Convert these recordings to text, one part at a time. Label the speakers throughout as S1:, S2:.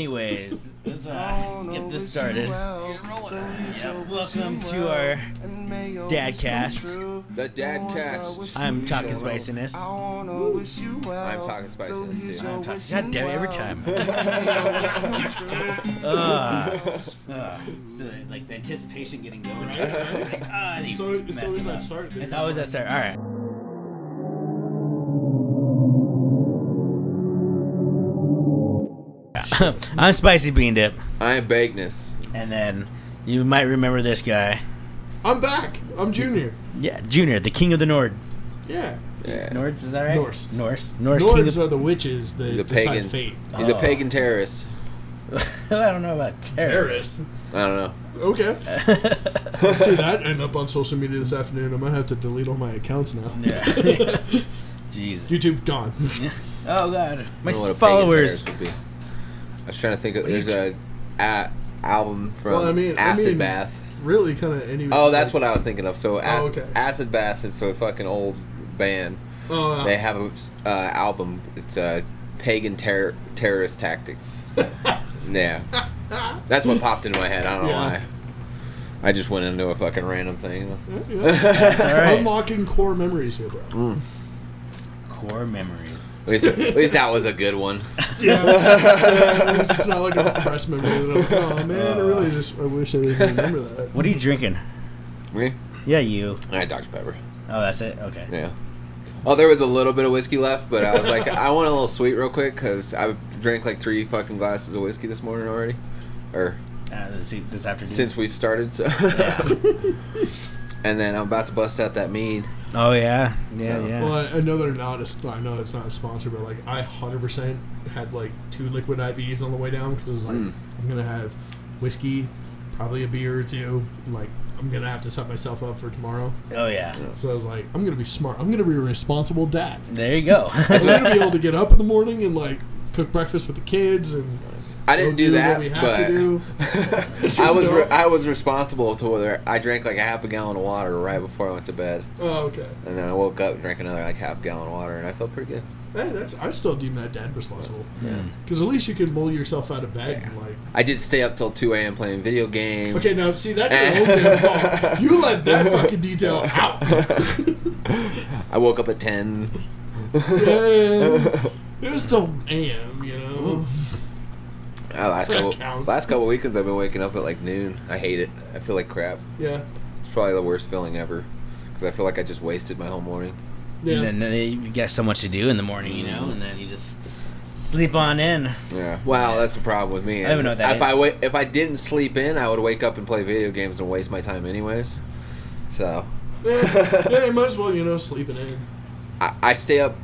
S1: Anyways, let's uh, get this started. Yep, Welcome to our Dadcast.
S2: The
S3: Oh,
S2: dad cast.
S1: I'm talking spiciness.
S2: I'm talking spiciness too.
S1: I'm talking. God damn it, every time. Ugh. Ugh. Uh, So, like the anticipation getting going. Right? It's like, ah, they
S3: It's always- it's
S1: messed
S3: always
S1: it
S3: that
S1: up.
S3: start thing.
S1: It's always that start. All right. I'm Spicy Bean Dip,
S2: I am Bagness.
S1: and then you might remember this guy.
S3: I'm back. I'm Junior.
S1: Yeah, Junior, the King of the Nord.
S3: Yeah.
S2: Yeah.
S1: Nords, is that right?
S3: Norse.
S1: Norse. Norse, King
S3: Nords
S1: of
S3: are the witches
S2: He's a
S3: that decide
S2: pagan.
S3: fate.
S2: He's a
S1: Oh.
S2: pagan terrorist.
S1: I don't know about terror.
S3: Terrorist.
S2: I don't know.
S3: Okay. I see that end up on social media this afternoon. I might have to delete all my accounts now.
S1: Yeah. Jesus.
S3: YouTube gone.
S1: Oh god. My
S2: I don't know what a pagan
S1: followers.
S2: terrorist would be. I was trying to think. Of,
S1: What are you
S2: there's a, a album from
S3: Well, I mean- I
S2: Acid
S3: mean-
S2: Bath.
S3: really, kind of any.
S2: Oh, that's what I was thinking of. So Ac-
S3: okay.
S2: Acid Bath is so fucking old band.
S3: Oh, uh,
S2: They have a uh, album. It's uh, pagan terror terrorist tactics. yeah, that's what popped into my head. I don't know
S3: Yeah.
S2: why. I just went into a fucking random thing.
S3: yeah.
S1: All right.
S3: Unlocking core memories here, bro.
S1: Core memories.
S2: At least, at least that was a good one.
S3: Yeah. Yeah, it's, it's not like a press memory. That I'm like, oh man, I really just I wish I didn't remember that.
S1: What are you drinking?
S2: Me?
S1: Yeah, you.
S2: I had Dr. Pepper.
S1: Oh, that's it. Okay.
S2: Yeah. Oh, there was a little bit of whiskey left, but I was like, I want a little sweet real quick because I drank like three fucking glasses of whiskey this morning already, or
S1: Uh, let's see, this afternoon.
S2: since we've started. So. and then I'm about to bust out that mead.
S1: oh yeah, yeah,
S2: So-
S1: yeah.
S3: Well, I, I know they're not. A, sp- I know it's not a sponsor, but like I hundred percent had like two liquid IVs on the way down because I was like, I'm gonna have whiskey, probably a beer or two. and, like I'm gonna have to set myself up for tomorrow.
S1: oh yeah.
S3: So I was like, I'm gonna be smart. I'm gonna be a responsible dad.
S1: There you go.
S3: I'm gonna be able to get up in the morning and like cook breakfast with the kids and
S2: I didn't
S3: go
S2: do that,
S3: what we have
S2: but
S3: to do.
S2: I was
S3: No.
S2: re- I was responsible to whether I drank like a half a gallon of water right before I went to bed,
S3: Oh, okay.
S2: and then I woke up and drank another like half gallon of water, and I felt pretty good.
S3: Hey, that's I still deem that dad responsible. Because at least you can mull yourself out of bed and like.
S2: I did stay up till 2 a.m. playing video games.
S3: Okay, now see that's your own damn fault. You let that fucking detail out.
S2: I woke up at 10.
S3: And it was still AM, you know.
S2: Uh, last
S3: That
S2: couple
S3: counts.
S2: last couple weekends I've been waking up at like noon. I hate it. I feel like crap.
S3: Yeah,
S2: It's probably the worst feeling ever because I feel like I just wasted my whole morning.
S3: yeah.
S1: And then they, you got so much to do in the morning, you know, and then you just sleep on in.
S2: Yeah. Wow, that's the problem with me.
S1: I don't even know what that
S2: if I
S1: is.
S2: wa- if I didn't sleep in, I would wake up and play video games and waste my time anyways. So
S3: yeah, yeah, you might as well, you know, sleeping in.
S2: I, I stay up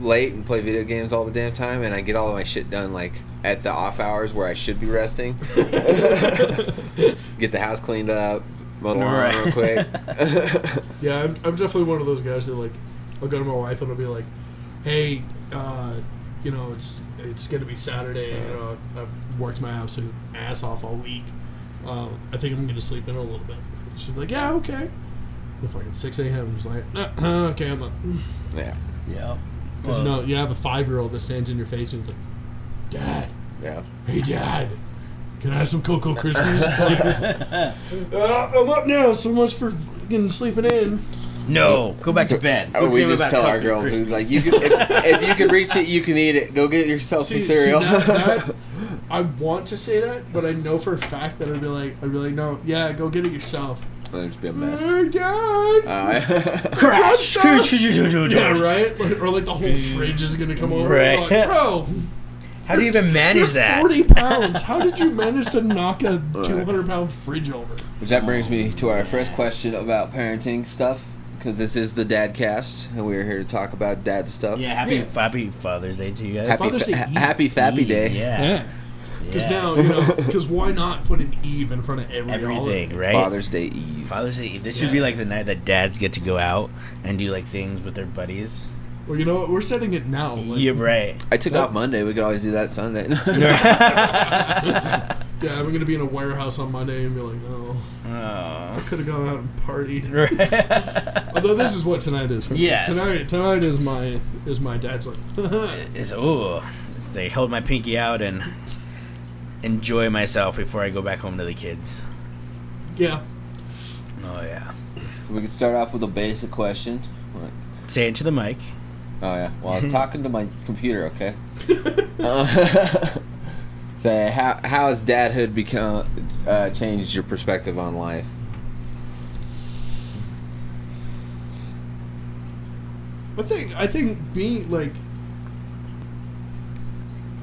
S2: late and play video games all the damn time, and I get all of my shit done like at the off hours where I should be resting. get the house cleaned up, mow the lawn
S1: Right.
S2: real quick.
S3: Yeah, I'm, I'm definitely one of those guys that like, I'll go to my wife and I'll be like, "Hey, uh, you know, it's it's gonna be Saturday. You know, I've worked my absolute ass off all week. Uh, I think I'm gonna sleep in a little bit." She's like, "Yeah, okay." And fucking six a.m. I'm just like, uh, "Okay, I'm up."
S2: yeah,
S1: Yeah.
S3: Because you know, you have a five-year-old that stands in your face and is like, "Dad,
S2: yeah.
S3: hey, Dad." Can I have some Cocoa Krispies? Like, uh, I'm up now. So much for fucking sleeping in.
S1: No, go back to bed.
S2: Oh,
S1: Who
S2: we
S1: gave
S2: just
S1: about
S2: tell our
S1: Coke and
S2: girls who's
S1: Krispies?
S2: like, you can, if, if you can reach it, you can eat it. Go get yourself
S3: See-
S2: some cereal.
S3: see, that- that- I want to say that, but I know for a fact that I'd be like, I'd be like, no, yeah, go get it yourself.
S2: It'd just be a mess.
S3: Oh God.
S2: Uh,
S1: crash.
S3: yeah, right. Like, or like the whole fridge is gonna come over.
S1: Right.
S3: Like, Bro,
S1: How do you even manage
S3: you're
S1: that?
S3: forty pounds. How did you manage to knock a two hundred pound fridge over?
S2: Which that brings me to our first question about parenting stuff, because this is the Dad Cast, and we're here to talk about dad stuff.
S1: Yeah, happy
S3: Yeah.
S1: happy Father's Day to you guys.
S2: Happy,
S3: Father's Day
S2: fa-
S3: Eve.
S2: happy Fappy Day.
S1: Yeah.
S3: Because
S1: Yes.
S3: now you know. Because why not put an Eve in front of every
S1: everything,
S3: holiday?
S1: right?
S2: Father's Day Eve.
S1: Father's Day. Eve. This
S3: Yeah.
S1: should be like the night that dads get to go out and do like things with their buddies.
S3: Well, you know what? We're setting it now. Like,
S1: You're right.
S2: I took off Monday. We could always do that Sunday.
S3: Yeah, I'm gonna be in a warehouse on Monday and be like, oh,
S1: Oh.
S3: could have gone out and partied.
S1: it's
S3: Although this is what tonight is for me.
S1: Yes.
S3: Tonight, tonight is my is my dad's like.
S1: oh, they held my pinky out and enjoy myself before I go back home to the kids.
S3: Yeah.
S1: Oh yeah.
S2: So we can start off with a basic question. Like,
S1: Say it to the mic.
S2: oh yeah. Well, I was talking to my computer. Okay. Uh, so how how has dadhood become uh, changed your perspective on life?
S3: I think I think being like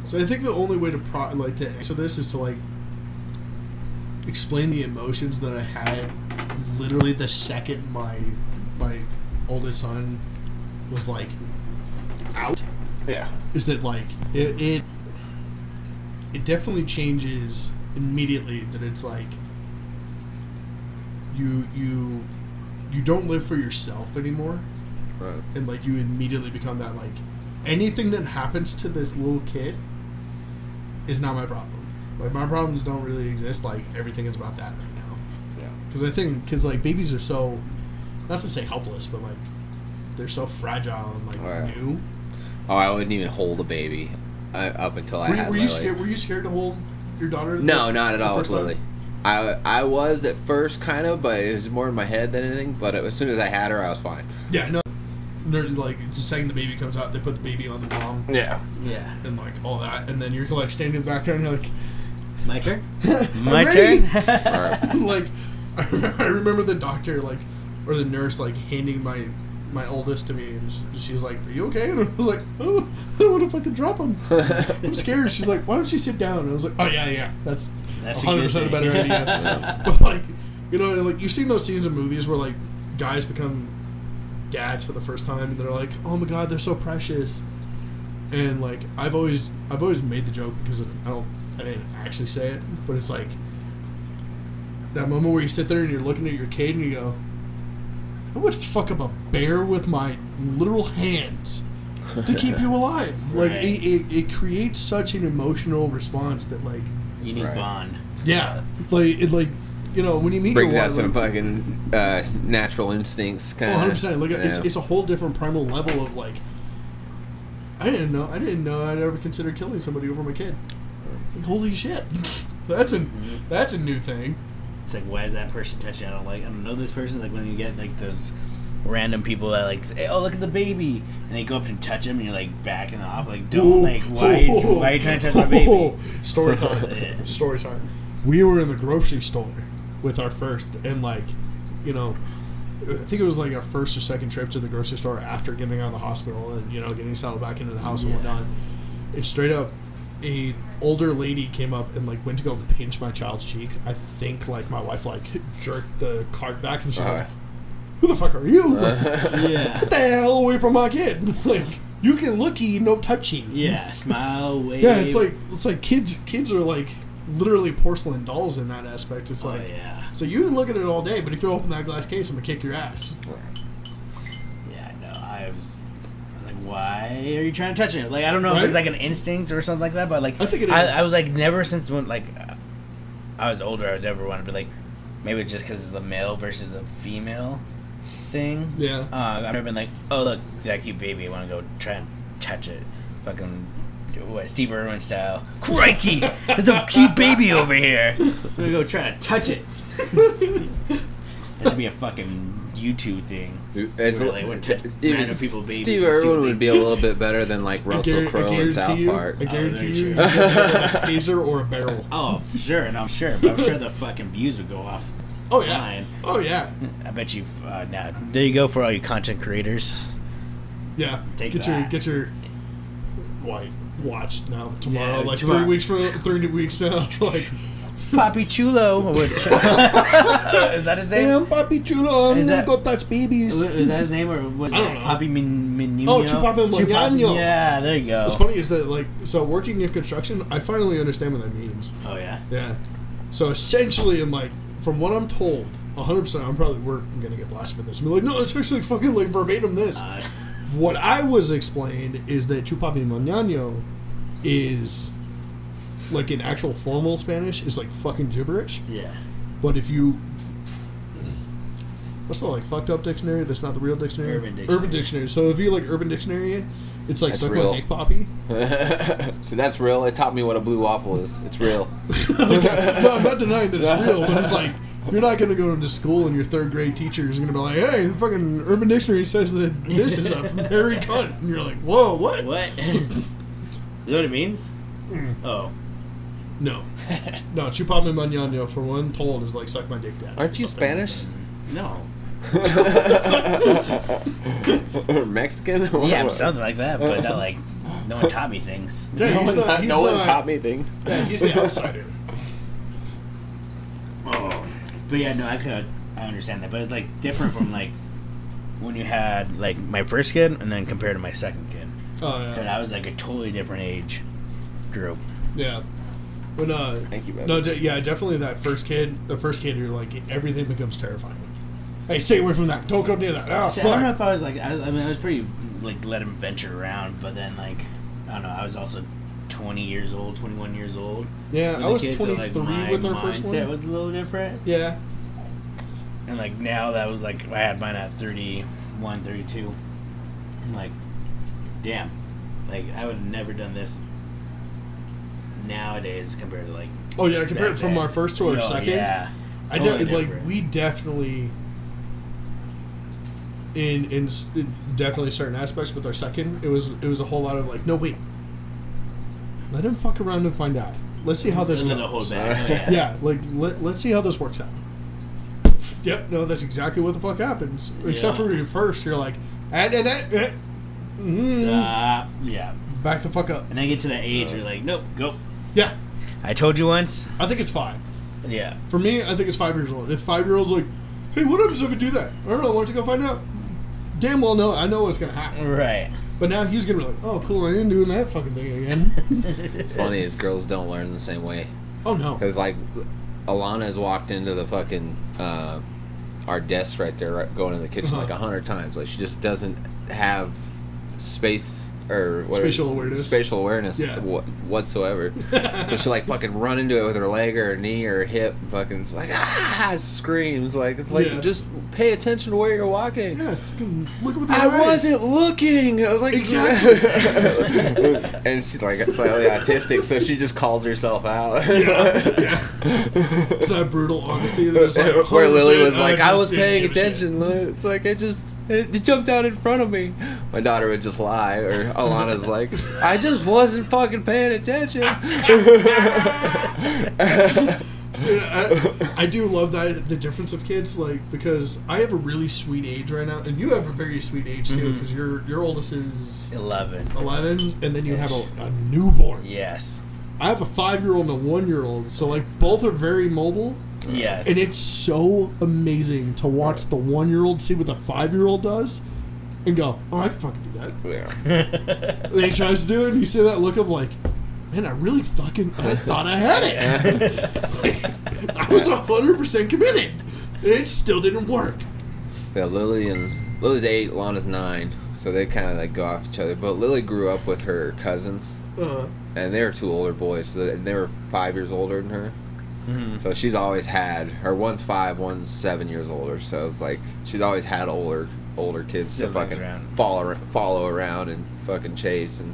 S3: so I think the only way to pro- like to answer this is to like explain the emotions that I had literally the second my my oldest son was like out
S2: Yeah.
S3: is that like it it, it definitely changes immediately that it's like you you you don't live for yourself anymore
S2: Right.
S3: and like you immediately become that like anything that happens to this little kid is not my problem like my problems don't really exist like everything is about that right now
S2: Yeah.
S3: because i think because like babies are so not to say helpless but like they're so fragile and like
S2: Right.
S3: new
S2: Oh, I wouldn't even hold a baby uh, up until I
S3: were, you-
S2: had
S3: were you
S2: Lily.
S3: scared were you scared to hold your daughter
S2: No,
S3: the-
S2: not at
S3: the
S2: all with
S3: first time?
S2: Lily. I I was at first kind of, but it was more in my head than anything. But as soon as I had her, I was fine.
S3: yeah no they're like it's the second the baby comes out they put the baby on the mom
S2: Yeah.
S1: Yeah.
S3: and like all that and then you're like standing in the background and you're like
S1: My turn.
S3: I'm
S1: My
S3: ready.
S1: turn.
S3: like I remember, I remember the doctor like or the nurse like handing my my oldest to me and she, she was like are you okay and I was like oh I don't want to fucking drop him I'm scared she's like why don't you sit down and I was like oh yeah yeah that's
S1: That's a
S3: 100
S1: good thing.
S3: percent better idea but like you know like you've seen those scenes in movies where like guys become dads for the first time and they're like oh my god they're so precious and like I've always I've always made the joke because I don't I didn't actually say it but it's like that moment where you sit there and you're looking at your kid and you go, I would fuck up a bear with my literal hands to keep you alive. Like
S1: Right.
S3: it, it, it creates such an emotional response that like
S1: you need
S2: Right.
S1: bond.
S3: yeah, like it like you know when you meet
S2: Brings
S3: your
S2: out
S3: wife,
S2: some
S3: like, oh,
S2: fucking uh, natural instincts, kind
S3: One
S2: of.
S3: hundred percent. Like it's, it's a whole different primal level of like. I didn't know. I didn't know. I'd ever consider killing somebody over my kid. Like, holy shit, that's a
S2: Mm-hmm.
S3: that's a new thing.
S1: It's like, why is that person touching? I don't like. I don't know this person. Like when you get like those random people that like, say, oh look at the baby, and they go up to touch him, and you're like backing off. Like don't
S3: Whoa.
S1: like why why are you trying to touch my baby?
S3: Story time. Story time. We were in the grocery store with our first, and like, you know, I think it was like our first or second trip to the grocery store after getting out of the hospital and you know getting settled back into the house and whatnot. And straight up, a older lady came up and like went to go pinch my child's cheek. I think like my wife like jerked the cart back and she's
S2: Uh,
S3: like, "Who the fuck are you?" Like,
S1: Yeah.
S3: Get the hell away from my kid! like you can looky, no touchy.
S1: Yeah, smile, wave.
S3: Yeah, it's like it's like kids kids are like literally porcelain dolls in that aspect. It's
S1: oh
S3: like
S1: yeah,
S3: so you can look at it all day, but if you open that glass case, I'm gonna kick your ass.
S1: yeah. No, I was I was like, why are you trying to touch it? Like I don't know, if
S3: Right?
S1: it's like an instinct or something like that. But like,
S3: I think it
S1: I,
S3: is.
S1: I was like, never since when like uh, I was older, I would never want to be like, maybe it's just because it's a male versus a female thing.
S3: Yeah.
S1: Uh, I've never been like, oh look, that cute baby. I want to go try and touch it. Fucking what Steve Irwin style. Crikey, there's a cute baby over here. I'm gonna go try to touch it. That should be a fucking YouTube thing.
S2: It's,
S1: Really, we're t-
S2: it's-
S1: random
S2: even
S1: people babies
S2: Steve
S1: and see what
S2: Irwin
S1: they
S2: would be a little bit better than like Russell
S3: guar-
S2: Crowe in South
S3: you,
S2: Park.
S3: I guarantee
S1: very
S3: you, you
S1: Oh, true.
S3: get a taser or a barrel.
S1: Oh, sure, and I'm sure, but I'm sure the fucking views would go off.
S3: Oh yeah,
S1: Fine.
S3: oh yeah,
S1: I bet you. Uh, now, there you go for all you content creators.
S3: yeah.
S1: Take
S3: get
S1: that.
S3: your get your white watch now
S1: Yeah,
S3: tomorrow. like
S1: tomorrow.
S3: three weeks from three weeks now. like
S1: Poppy Chulo. Which, is that his name?
S3: Papi Chulo,
S1: Is that-
S3: touch babies.
S1: Is that his name or was
S3: I don't
S1: it
S3: know.
S1: Poppy Min- Minino?
S3: Oh, Chupapi Manano.
S1: Yeah, there you go.
S3: What's funny is that like so working in construction, I finally understand what that means.
S1: Oh yeah.
S3: Yeah. So essentially, in like, from what I'm told, 100. percent I'm probably we're gonna get blasted for this. I'm like, no, it's actually fucking like verbatim this.
S1: Uh,
S3: what I was explained is that Chupapi Moñano is like in actual formal Spanish is like fucking gibberish.
S1: yeah.
S3: But if you What's the like fucked up dictionary? That's not the real dictionary.
S1: Urban Dictionary.
S3: Urban dictionary. So if you like Urban Dictionary, it, It's like
S2: That's
S3: suck
S2: real.
S3: my dick, Poppy.
S2: so that's real. It taught me what a blue waffle is. It's real.
S3: no, I'm not denying that it's real, but it's like you're not gonna go into school and your third grade teacher is gonna be like, "Hey, fucking Urban Dictionary says that this is a hairy cunt," and you're like, "Whoa, what?
S1: What? is that what it means?
S3: Mm.
S1: Oh.
S3: No, no, chupame manano for one told is like suck my dick, dad. or
S2: Aren't you
S3: something.
S2: Spanish?
S1: No.
S2: or Mexican?
S1: Yeah, I'm something like that, but not like no one taught me things.
S3: Yeah,
S2: No,
S3: he's
S2: one,
S3: not-
S2: taught-
S3: he's
S2: no one
S3: not-
S2: taught me things.
S3: Yeah, he's the outsider.
S1: Oh, but yeah, no, I could I understand that, but it's like different from like when you had like my first kid and then compared to my second kid,
S3: Oh yeah.
S1: and I was like a totally different age group.
S3: Yeah. When uh,
S2: Thank you, Babs.
S3: no, de- yeah, definitely that first kid. The first kid, you're like everything becomes terrifying. Hey, stay away from that. Don't go near that. Oh,
S1: See, I don't know
S3: fuck.
S1: if I was like I, I mean I was pretty like let him venture around, but then like I don't know I was also twenty years old, twenty one years old.
S3: Yeah,
S1: when
S3: Uh, I
S1: the
S3: was
S1: kids,
S3: 23
S1: like, my
S3: with our first
S1: mindset
S3: one.
S1: was a little different,
S3: yeah,
S1: and like now that was like I had mine at 31, 32. I'm like, damn, like I would have never done this nowadays compared to like
S3: Oh yeah, compared
S1: back
S3: from
S1: then.
S3: our first to our
S1: No,
S3: second,
S1: Yeah,
S3: I
S1: totally
S3: de- like
S1: different.
S3: we definitely in in s- in definitely certain aspects with our second, it was it was a whole lot of like, no wait, let him fuck around and find out. Let's see how this
S1: And
S3: goes.
S1: then the whole back. yeah.
S3: Yeah, like let, let's see how this works out. Yep, no, that's exactly what the fuck happens. Except
S1: Yeah.
S3: for your first, you're like, and and and, eh, mm,
S1: Uh, yeah,
S3: back the fuck up.
S1: and then get to that age, you're like, nope, go.
S3: Yeah,
S1: I told you once.
S3: I think it's five.
S1: Yeah.
S3: For me, I think it's five years old. If five year olds like, hey, what happens if we do that? I don't know. Why don't you go find out? Damn well, no, I know what's gonna happen.
S1: Right.
S3: But now he's gonna be like, oh, cool, I ain't doing that fucking thing again.
S2: It's funny is girls don't learn the same way.
S3: oh no.
S2: Cause like, Alana's walked into the fucking uh, our desk right there, right, going in the kitchen
S3: Uh-huh.
S2: like a hundred times. Like she just doesn't have space or what
S3: Spatial awareness.
S2: spatial awareness
S3: Yeah.
S2: wha- whatsoever. so she like fucking run into it with her leg or her knee or her hip, and fucking it's like ah screams like it's like
S3: Yeah.
S2: just pay attention to where you're walking.
S3: Yeah, fucking look with the
S2: I
S3: eyes.
S2: wasn't looking. I was like,
S3: Exactly.
S2: and she's like slightly autistic, so she just calls herself out.
S3: yeah. It's that brutal honesty. That is like "Oh,
S2: Where Lily
S3: 100%
S2: was like, I was
S3: just didn't
S2: paying
S3: give a shit."
S2: attention. Lily- It's like it just it jumped out in front of me. My daughter would just lie, or Alana's like, I just wasn't fucking paying attention.
S3: So, I, I do love that the difference of kids, like because I have a really sweet age right now, and you have a very sweet age too,
S2: Mm-hmm.
S1: Mhm.
S3: because your your oldest is
S1: 11.
S3: eleven, and then you have a, a newborn.
S1: Yes.
S3: I have a five year old and a one year old, so like both are very mobile,
S1: Yes.
S3: and it's so amazing to watch the one year old see what the five year old does, and go, oh, I can fucking do that.
S2: Yeah.
S3: And he tries to do it, and you see that look of like, man, I really fucking I thought I had it. I was hundred percent committed. And it still didn't work.
S2: Yeah, Lily and Lily's eight, Alana's nine, so they kind of like go off each other. But Lily grew up with her cousins,
S3: Uh,
S2: and they were two older boys, so they- they were five years older than her.
S1: Mhm.
S2: So she's always had her one's five, one's seven years older. So it's like she's always had older older kids
S1: Siblings
S2: to fucking
S1: around.
S2: follow follow around and fucking chase and.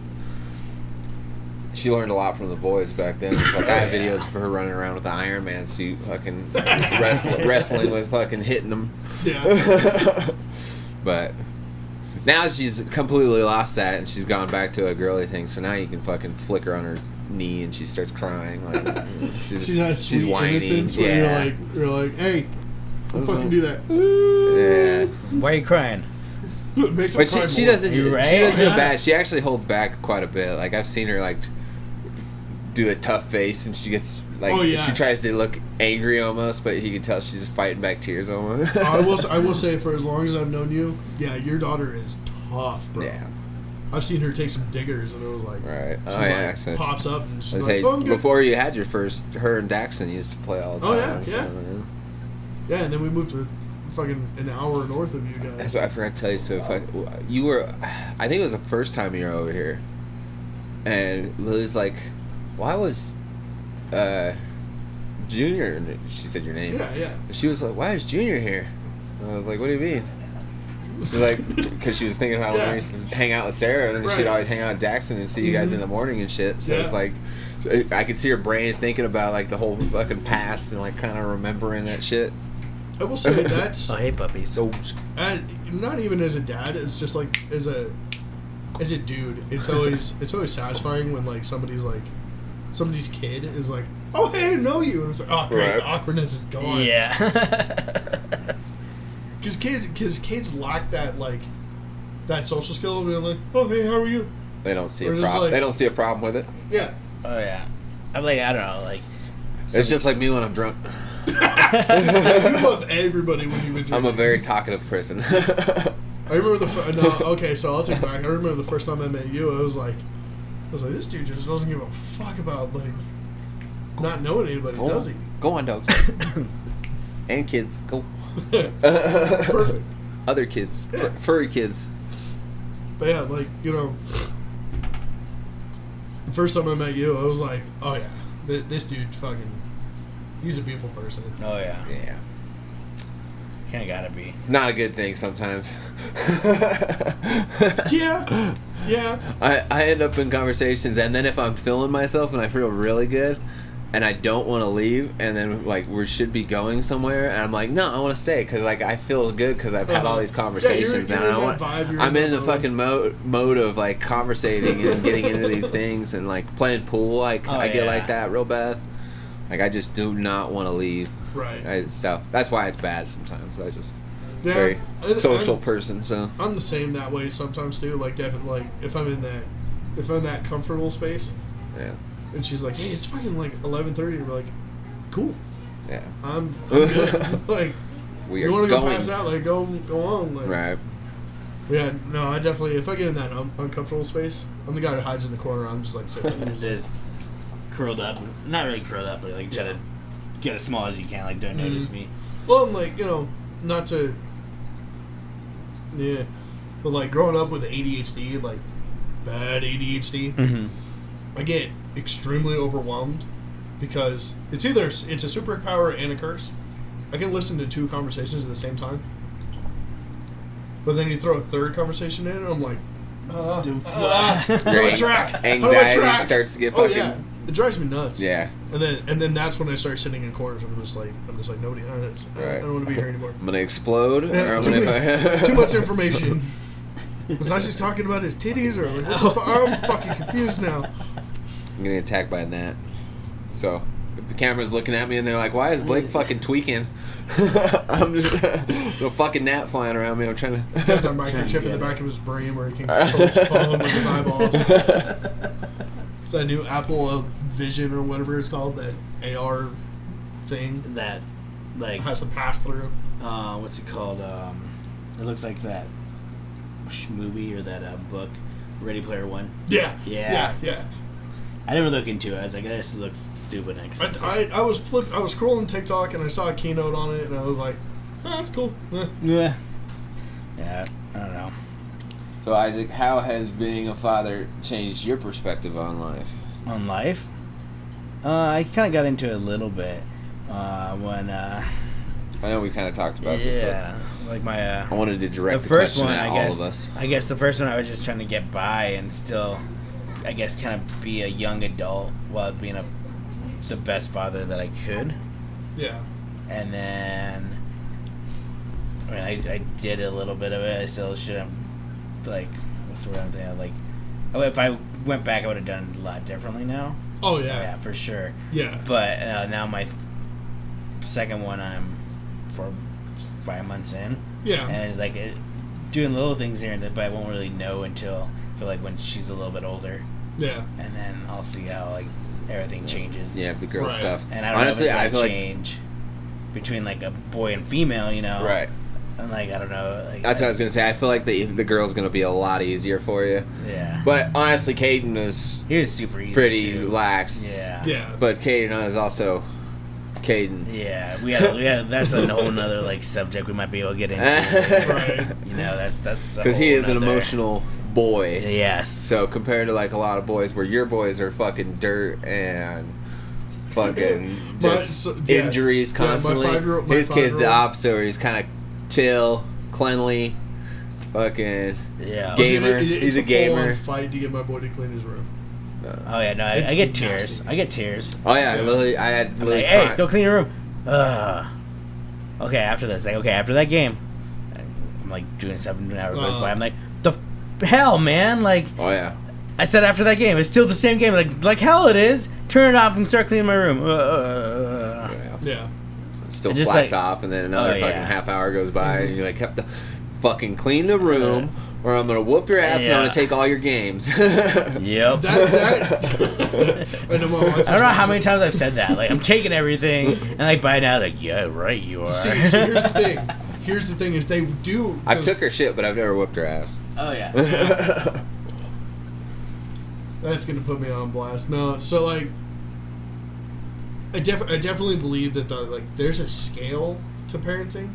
S2: She learned a lot from the boys back then. It's like I have
S1: Yeah.
S2: videos of her running around with the Iron Man suit, fucking wrestling, wrestling with fucking hitting them
S3: yeah.
S2: but now she's completely lost that and she's gone back to a girly thing. So now you can fucking flick her on her knee and she starts crying. Like she's
S3: She's that
S2: she's,
S3: sweet
S2: whiny.
S3: innocence where
S2: yeah.
S3: you're like, you're like, hey, I'll
S2: That's
S3: fucking
S2: all.
S3: do that.
S2: yeah.
S1: Why are you crying?
S3: It makes
S2: But
S3: them cry
S2: she, she
S3: more.
S2: doesn't
S1: You're right.
S2: she doesn't do
S3: Yeah.
S2: bad. She actually holds back quite a bit. Like I've seen her like do a tough face and she gets like
S3: Oh, yeah.
S2: she tries to look angry almost, but you can tell she's fighting back tears almost.
S3: I will. s- I will say, for as long as I've known you, yeah, your daughter is tough, bro.
S2: yeah.
S3: I've seen her take some diggers, and it was like,
S2: Right.
S3: she's
S2: Oh,
S3: like,
S2: yeah, so-
S3: pops up and she's
S2: I'd
S3: like,
S2: say
S3: "Oh, I'm good."
S2: before you had your first, her and Daxon used to play all the
S3: Oh, yeah,
S2: time.
S3: yeah.
S2: so-
S3: Yeah, and then we moved to fucking an hour north of you guys.
S2: That's what I forgot to tell you. So if I, you were, I think it was the first time you were over here, and Lily's like, "Why was, uh, Junior?" and She said your name.
S3: Yeah, yeah.
S2: She was like, "Why is Junior here?" And I was like, "What do you mean?" She's like, because she was thinking about when
S3: Yeah.
S2: we used to hang out with Sarah, and she'd
S3: Right. Mm-hmm.
S2: always hang out with Daxton and see you guys in the morning and shit. So it's
S3: Yeah.
S2: like, I- I could see her brain thinking about like the whole fucking past and like kind of remembering that shit.
S3: I will say that's
S1: I hate puppies.
S2: So
S3: I- not even as a dad. It's just like as a as a dude. It's always it's always satisfying when like somebody's like somebody's kid is like, oh hey, I didn't know you. And it's like, oh great,
S2: Right.
S3: the awkwardness is gone.
S1: yeah.
S3: Because kids because kids lack that like that social skill of being like, oh hey, how are you?
S2: they don't see a
S3: We're just
S2: problem.
S3: like-
S2: they don't see a problem with it.
S3: Yeah.
S1: oh yeah. I'm like I don't know like.
S2: It's just like me when I'm drunk.
S3: you love everybody when you've been drinking.
S2: I'm a very talkative person.
S3: I remember the fir- no, okay, so I'll take it back. I remember the first time I met you. I was like, I was like, this dude just doesn't give a fuck about like not knowing anybody,
S2: go,
S3: does he?
S2: on, go on, dogs and kids. Go.
S3: Perfect.
S2: Other kids, fur- furry kids.
S3: But yeah, like you know, the first time I met you, I was like, oh yeah, th- this dude fucking, he's a people person.
S1: Oh yeah.
S2: Yeah,
S1: Kind of gotta be.
S2: not a good thing sometimes.
S3: Yeah, yeah.
S2: I, I end up in conversations, and then if I'm feeling myself and I feel really good, and I don't want to leave, and then like we should be going somewhere, and I'm like, no, I want to stay because like I feel good because I've had all
S3: Uh-huh.
S2: these
S3: Yeah, you're-
S2: conversations,
S3: you're
S2: and
S3: in
S2: I want,
S3: that vibe, you're
S2: I'm
S3: in
S2: in
S3: that
S2: the
S3: mode.
S2: fucking mode mode of like conversating and getting into these things, and like playing pool, like
S1: Oh,
S2: I
S1: yeah.
S2: get like that real bad. Like I just do not want to leave.
S3: Right.
S2: I, so that's why it's bad sometimes. I just
S3: yeah.
S2: very
S3: I-
S2: social
S3: I'm-
S2: person, so
S3: I'm the same that way sometimes too. Like definitely, like if I'm in that, if I'm in that comfortable space,
S2: yeah,
S3: and she's like, hey, it's fucking like 11:30, and we're like, cool.
S2: yeah.
S3: I'm, I'm good. like,
S2: We are
S3: you want to go
S2: going
S3: pass out? Like, go, go on. Like,
S2: right.
S3: Yeah, no, I definitely. If I get in that un- uncomfortable space, I'm the guy who hides in the corner. I'm just like sitting.
S1: It's just curled up. Not really curled up, but like try to get as small as you can. Like don't notice me.
S3: well, and like you know, not to. Yeah, but like growing up with ADHD, like bad ADHD,
S1: Mm-hmm.
S3: I get extremely overwhelmed because it's either it's a superpower and a curse. I can listen to two conversations at the same time, but then you throw a third conversation in, and I'm like, uh, uh, how do I
S2: Right.
S3: track? How do I
S2: Anxiety
S3: track?
S2: starts to get
S3: Oh
S2: fucking-
S3: yeah, it drives me nuts.
S2: Yeah.
S3: and then and then that's when I start sitting in corners. I'm just like, I'm just like nobody. I don't, I
S2: Right.
S3: don't want to be here anymore.
S2: I'm gonna explode. or I'm
S3: too,
S2: gonna
S3: many- too much information. Was I just talking about his titties or like what the fu- I'm fucking confused now.
S2: I'm getting attacked by a gnat. So if the camera's looking at me and they're like, "Why is Blake fucking tweaking?" I'm just the fucking gnat flying around me. I'm trying
S3: Got
S2: to.
S3: that microchip in the back of his brain where he can control his phone with his eyeballs. that new Apple uh, Vision or whatever it's called, that AR thing
S1: That, like,
S3: has to pass through.
S1: uh, what's it called? Um, it looks like that sh- movie or that uh, book, Ready Player One.
S3: Yeah,
S1: Yeah.
S3: yeah.
S1: I never looked into it. I was like, this looks stupid. and
S3: yeah.
S1: expensive.
S3: I, I, I was flip, I was scrolling TikTok and I saw a keynote on it and I was like, oh, that's cool. Eh.
S1: yeah. Yeah. I don't know.
S2: So Isaac, how has being a father changed your perspective on life?
S1: on life. Uh, I kind of got into it a little bit uh, when, uh,
S2: I know we kind of talked about this,
S1: yeah, like my uh,
S2: but I wanted to direct the,
S1: the first
S2: question
S1: one,
S2: at
S1: I
S2: all
S1: guess.
S2: of us.
S1: I guess the first one I was just trying to get by and still, I guess, kind of be a young adult while being a the best father that I could.
S3: Yeah.
S1: And then, I mean, I, I did a little bit of it. I still should have, like, what's the word I'm thinking? of? Like, oh, if I went back, I would have done a lot differently now.
S3: Oh
S1: Yeah,
S3: yeah.
S1: for sure.
S3: Yeah.
S1: But uh, now my th- second one, I'm for five months in,
S3: Yeah.
S1: and it's like it, doing little things here and there, but I won't really know until I feel like when she's a little bit older,
S3: Yeah.
S1: and then I'll see how like everything changes.
S2: Yeah, the girl
S3: Right.
S2: stuff.
S1: And I don't
S2: Honestly,
S1: know if
S2: I
S1: it's
S2: feel
S1: gonna
S2: like
S1: change between like a boy and female, you know?
S2: right.
S1: And like I don't know. Like,
S2: That's what I was gonna say. I feel like the the girl's gonna be a lot easier for you.
S1: Yeah.
S2: But honestly, Caden is
S1: he was super easy.
S2: pretty
S1: too.
S2: lax.
S1: Yeah.
S3: Yeah.
S2: But Caden is also Caden.
S1: Yeah, we had, we had that's a whole nother like subject we might be able to get into.
S2: Because
S3: right.
S1: you know, that's that's a
S2: he
S1: whole
S2: is an
S1: nother-
S2: emotional boy.
S1: Yes.
S2: So compared to like a lot of boys, where your boys are fucking dirt and fucking
S3: My-
S2: just
S3: so- yeah.
S2: injuries
S3: Yeah, my
S2: constantly,
S3: five-year-old- my
S2: his kid's the
S3: five-year-old-
S2: opposite. Where he's kind of chill, cleanly, fucking
S1: Yeah.
S2: Game-
S3: Dude,
S2: Gamer.
S3: it- it-
S2: He's
S3: it's
S2: a
S3: full-on
S2: gamer.
S3: Fight to get my boy to clean his room.
S1: Oh yeah, no, I,
S3: It's
S1: I get
S3: nasty.
S1: tears. I get tears.
S2: Oh yeah,
S3: Yeah.
S2: literally, I had
S1: I'm
S2: literally
S1: like, hey,
S2: cry-
S1: go clean your room. Ugh. Okay, after this, like, okay, after that game, I'm like doing seven an hour goes
S3: Uh.
S1: by. I'm like, the f- hell, man! Like
S2: Oh yeah,
S1: I said, after that game, it's still the same game. Like, like hell, it is. Turn it off and start cleaning my room.
S2: oh,
S1: Uh,
S2: yeah.
S3: Yeah.
S2: Still
S1: It's just
S2: slacks
S1: like-
S2: off, and then another
S1: Oh,
S2: fucking
S1: yeah.
S2: half hour goes by, and you're like, have to fucking clean the room, or I'm gonna whoop your ass and I'm
S1: Yeah.
S2: gonna take all your games.
S1: yep.
S3: That that. I know my wife.
S1: I don't know how many times I've said that. Like, I'm taking everything, and like by now, like, yeah, right, you are.
S3: See, so here's the thing. Here's the thing is they do.
S2: I've took her shit, but I've never whooped her ass.
S1: oh yeah.
S3: That's gonna put me on blast. No, so like, I, def- I definitely believe that the like there's a scale to parenting.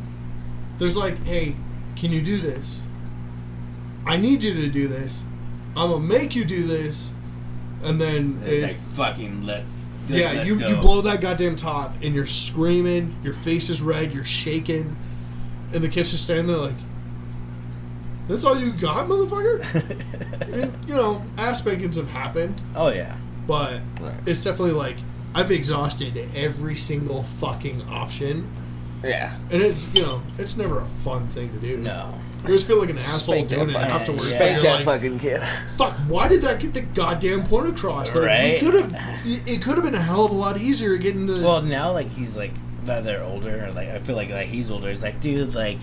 S3: There's like, hey, can you do this? I need you to do this. I'm gonna make you do this, and then
S1: It's
S3: it-
S1: like fucking let's.
S3: yeah,
S1: let's
S3: you,
S1: go.
S3: you blow that goddamn top, and you're screaming. Your face is red. You're shaking, and the kids are standing there like, "That's all you got, motherfucker." and, you know, ass spankings have happened
S1: oh yeah.
S3: but
S2: Right.
S3: it's definitely like I've exhausted every single fucking option,
S2: yeah.
S3: and it's you know it's never a fun thing to do.
S1: No.
S3: You just feel like an asshole
S2: Spank that,
S3: doing it
S2: fucking,
S3: afterwards.
S1: yeah.
S2: spank
S3: You're
S2: that
S3: like,
S2: fucking kid.
S3: Fuck! Why did that get the goddamn point across? Like,
S1: Right.
S3: We could have. It could have been a hell of a lot easier getting to.
S1: Well, now like he's like now they're older. Or, like I feel like like he's older. He's like, dude, like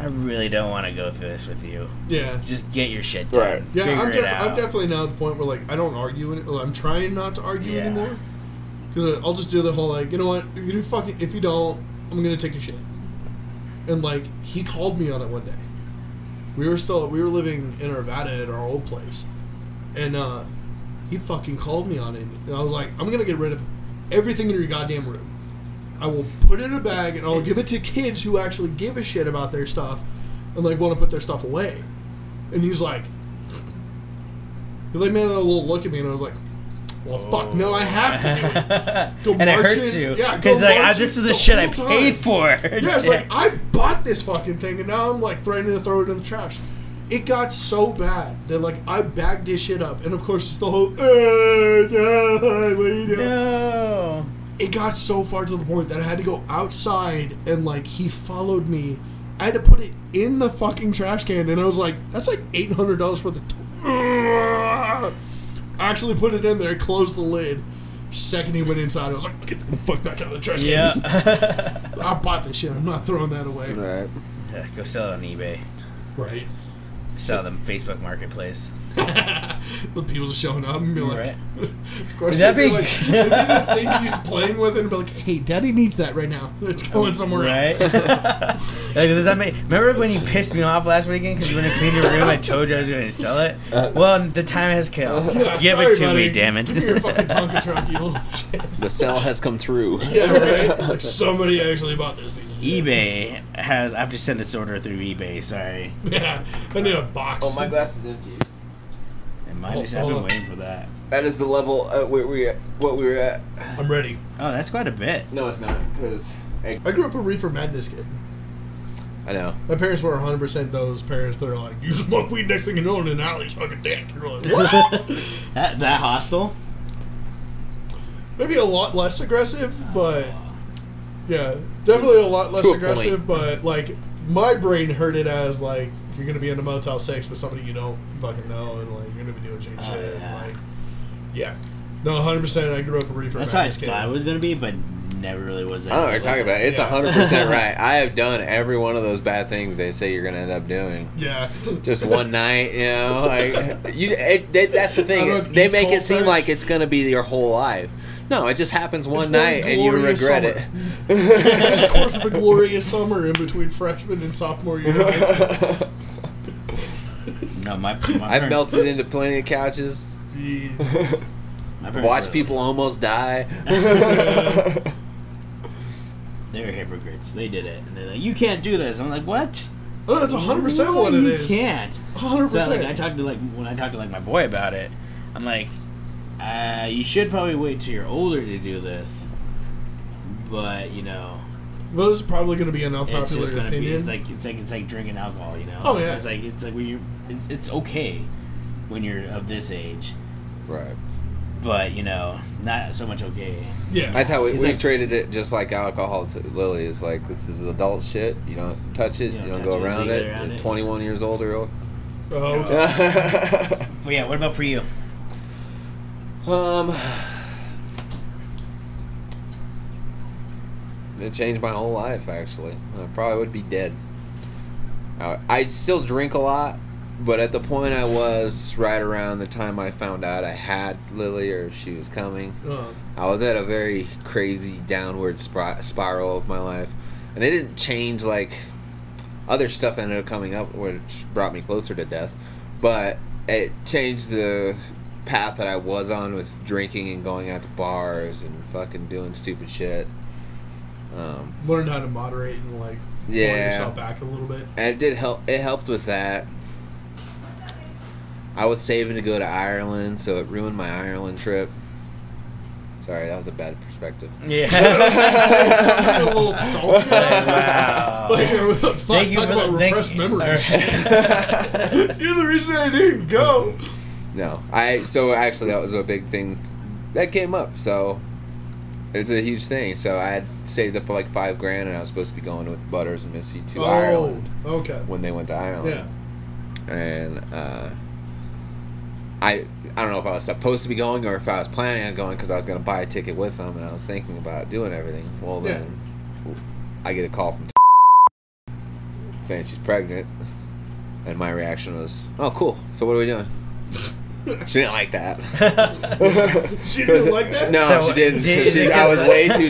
S1: I really don't want to go through this with you.
S3: yeah.
S1: Just get your shit done.
S2: Right.
S3: Yeah,
S1: Figure
S3: I'm,
S1: it
S3: def-
S1: out.
S3: I'm definitely now at the point where like I don't argue. Any- well, I'm trying not to argue
S1: Yeah.
S3: anymore because I'll just do the whole like you know what if you do fucking if you don't I'm gonna take a shit. And like he called me on it one day. We were still we were living in Arvada at our old place, and uh, he fucking called me on it. And I was like, I'm gonna get rid of everything in your goddamn room. I will put it in a bag and I'll give it to kids who actually give a shit about their stuff and like want to put their stuff away. And he's like, he like made a little look at me and I was like, well, fuck, no, I have to do it. Go
S1: and it
S3: march
S1: hurts
S3: in-
S1: you.
S3: yeah, go
S1: Because like I,
S3: march
S1: this
S3: in
S1: is the,
S3: the
S1: shit I
S3: whole
S1: paid
S3: time.
S1: for.
S3: Yeah, it's like I bought this fucking thing and now I'm like threatening to throw it in the trash. It got so bad that like I bagged this shit up, and of course it's the whole. "Eh, yeah, what are you doing?
S1: no.
S3: It got so far to the point that I had to go outside and like he followed me. I had to put it in the fucking trash can, and I was like, "That's like eight hundred dollars worth of." To- I actually put it in there, closed the lid. Second he went inside, I was like, "Get the fuck back out of the trash can!"
S1: Yeah.
S3: I bought this shit. I'm not throwing that away.
S2: Right.
S1: Yeah, Go sell it on eBay.
S3: Right.
S1: Sell them Facebook Marketplace.
S3: the people just showing up and be like,
S1: Right.
S3: of course,
S1: Would that be-
S3: they'd be like, they'd be the thing he's playing with, and be like, hey, daddy needs that right now. It's going somewhere
S1: Oh, Right?
S3: else.
S1: like, does that make, remember when you pissed me off last weekend because when I cleaned your room, I told you I was going to sell it?
S2: Uh,
S1: well, the time has come.
S3: Yeah,
S1: Give
S3: sorry,
S1: it to
S3: buddy.
S1: me, damn
S3: Give me your
S1: it.
S3: fucking Tonka truck, you little shit.
S2: The cell has come through.
S3: Yeah, right. Like somebody actually bought this piece. of shit.
S1: eBay has. I have to send this order through eBay, sorry.
S3: Yeah, I need a box.
S2: Oh,
S1: Oh,
S2: glass is empty.
S1: And mine
S3: Hold-
S1: is, I've
S3: hold
S1: been
S3: on.
S1: waiting for that.
S2: That is the level at where we at, what we were at.
S3: I'm ready.
S1: Oh, that's quite a bit.
S2: No, it's not because I,
S3: I grew up a reefer madness kid.
S2: I know.
S3: My parents were 100% those parents that are like, you smoke weed next thing you know in an alley, suck a dick. You're like, what?
S1: That, that hostile?
S3: Maybe a lot less aggressive, but yeah, definitely a lot less
S2: To a
S3: aggressive. But like, my brain heard it as like you're gonna be in a Motel Six with somebody you don't fucking know, and like you're gonna be doing shit.
S1: Oh,
S3: shit
S1: yeah.
S3: And, like, yeah, no, 100. percent I grew up a reefer.
S1: That's how I
S3: madness kid.
S1: thought it was going to be, but never really was.
S2: I don't know what you're talking about. It's
S3: Yeah.
S2: hundred percent right. I have done every one of those bad things they say you're gonna end up doing.
S3: Yeah,
S2: Just one night, you know. Like, you, it, that- that's the
S3: I
S2: thing.
S3: love
S2: They
S3: these
S2: make it
S3: cold
S2: seem
S3: nights.
S2: like it's gonna be your whole life. No, it just happens one
S3: one
S2: night and you regret
S3: glorious
S2: it.
S3: summer. There's a course of a glorious summer in between freshman and sophomore year. of high school.
S1: No, my, my
S2: I've
S1: parents-
S2: melted into plenty of couches.
S3: Jeez.
S1: my parents
S2: Watch
S1: were-
S2: people almost die.
S1: They're hypocrites. They did it, and they're like, "You can't do this." I'm like, "What?"
S3: Oh, that's 100 percent what
S1: No,
S3: it
S1: you
S3: is.
S1: can't.
S3: 100
S1: So like, I
S3: percent.
S1: talked to like when I talked to like my boy about it, I'm like, uh, you should probably wait till you're older to do this. But you know,
S4: Well, this is probably going to be an
S1: It's
S4: unpopular
S1: just gonna
S4: opinion.
S1: be. It's like it's like it's like drinking alcohol. You know.
S4: Oh, yeah.
S1: It's like it's like when you. It's, it's okay, when you're of this age,
S2: Right.
S1: but you know, not so much okay.
S4: yeah.
S2: That's how we,
S1: Is
S2: we've
S1: that-
S2: traded it just like alcohol to Lily. It's like, this is adult shit. You don't touch it.
S1: You
S2: You
S1: don't
S2: don't,
S1: touch
S2: go
S1: it,
S2: around
S1: leave
S2: it.
S1: it around
S2: You're
S1: it.
S2: 21 years old or
S4: oh, okay.
S2: Oh.
S1: But yeah, what about for you?
S2: Um, it changed my whole life. Actually, I probably would be dead. I, I still drink a lot, but at the point I was right around the time I found out I had Lily or she was coming,
S4: Uh,
S2: I was at a very crazy downward spir- spiral of my life, and it didn't change. Like other stuff ended up coming up, which brought me closer to death, but it changed the path that I was on with drinking and going out to bars and fucking doing stupid shit. Um,
S4: learned how to moderate and like pull
S2: Yeah.
S4: yourself back a little bit.
S2: and it did help. It helped with that. I was saving to go to Ireland, so it ruined my Ireland trip. Sorry, that was a bad perspective.
S1: Yeah.
S4: a little salty.
S1: Wow.
S4: Like, uh, fuck,
S1: Thank you
S4: talk
S1: for
S4: about
S1: the- thank
S4: repressed
S1: you.
S4: memories.
S2: Alright.
S4: You're the reason I didn't go.
S2: No, I so actually that was a big thing that came up. So it's a huge thing. So I had saved up like five grand, and I was supposed to be going with Butters and Missy to
S4: oh,
S2: Ireland
S4: okay.
S2: when they went to
S4: Yeah.
S2: Ireland. And uh, I I don't know if I was supposed to be going or if I was planning on going because I was going to buy a ticket with them, and I was thinking about doing everything. Well,
S4: Yeah.
S2: then I get a call from saying she's pregnant, and my reaction was, "Oh, cool. So what are we doing?" She didn't like that.
S4: She didn't like that?
S2: No,
S1: So,
S2: she didn't.
S1: did-
S2: 'cause she-
S1: did it
S2: I was
S1: just-
S2: way too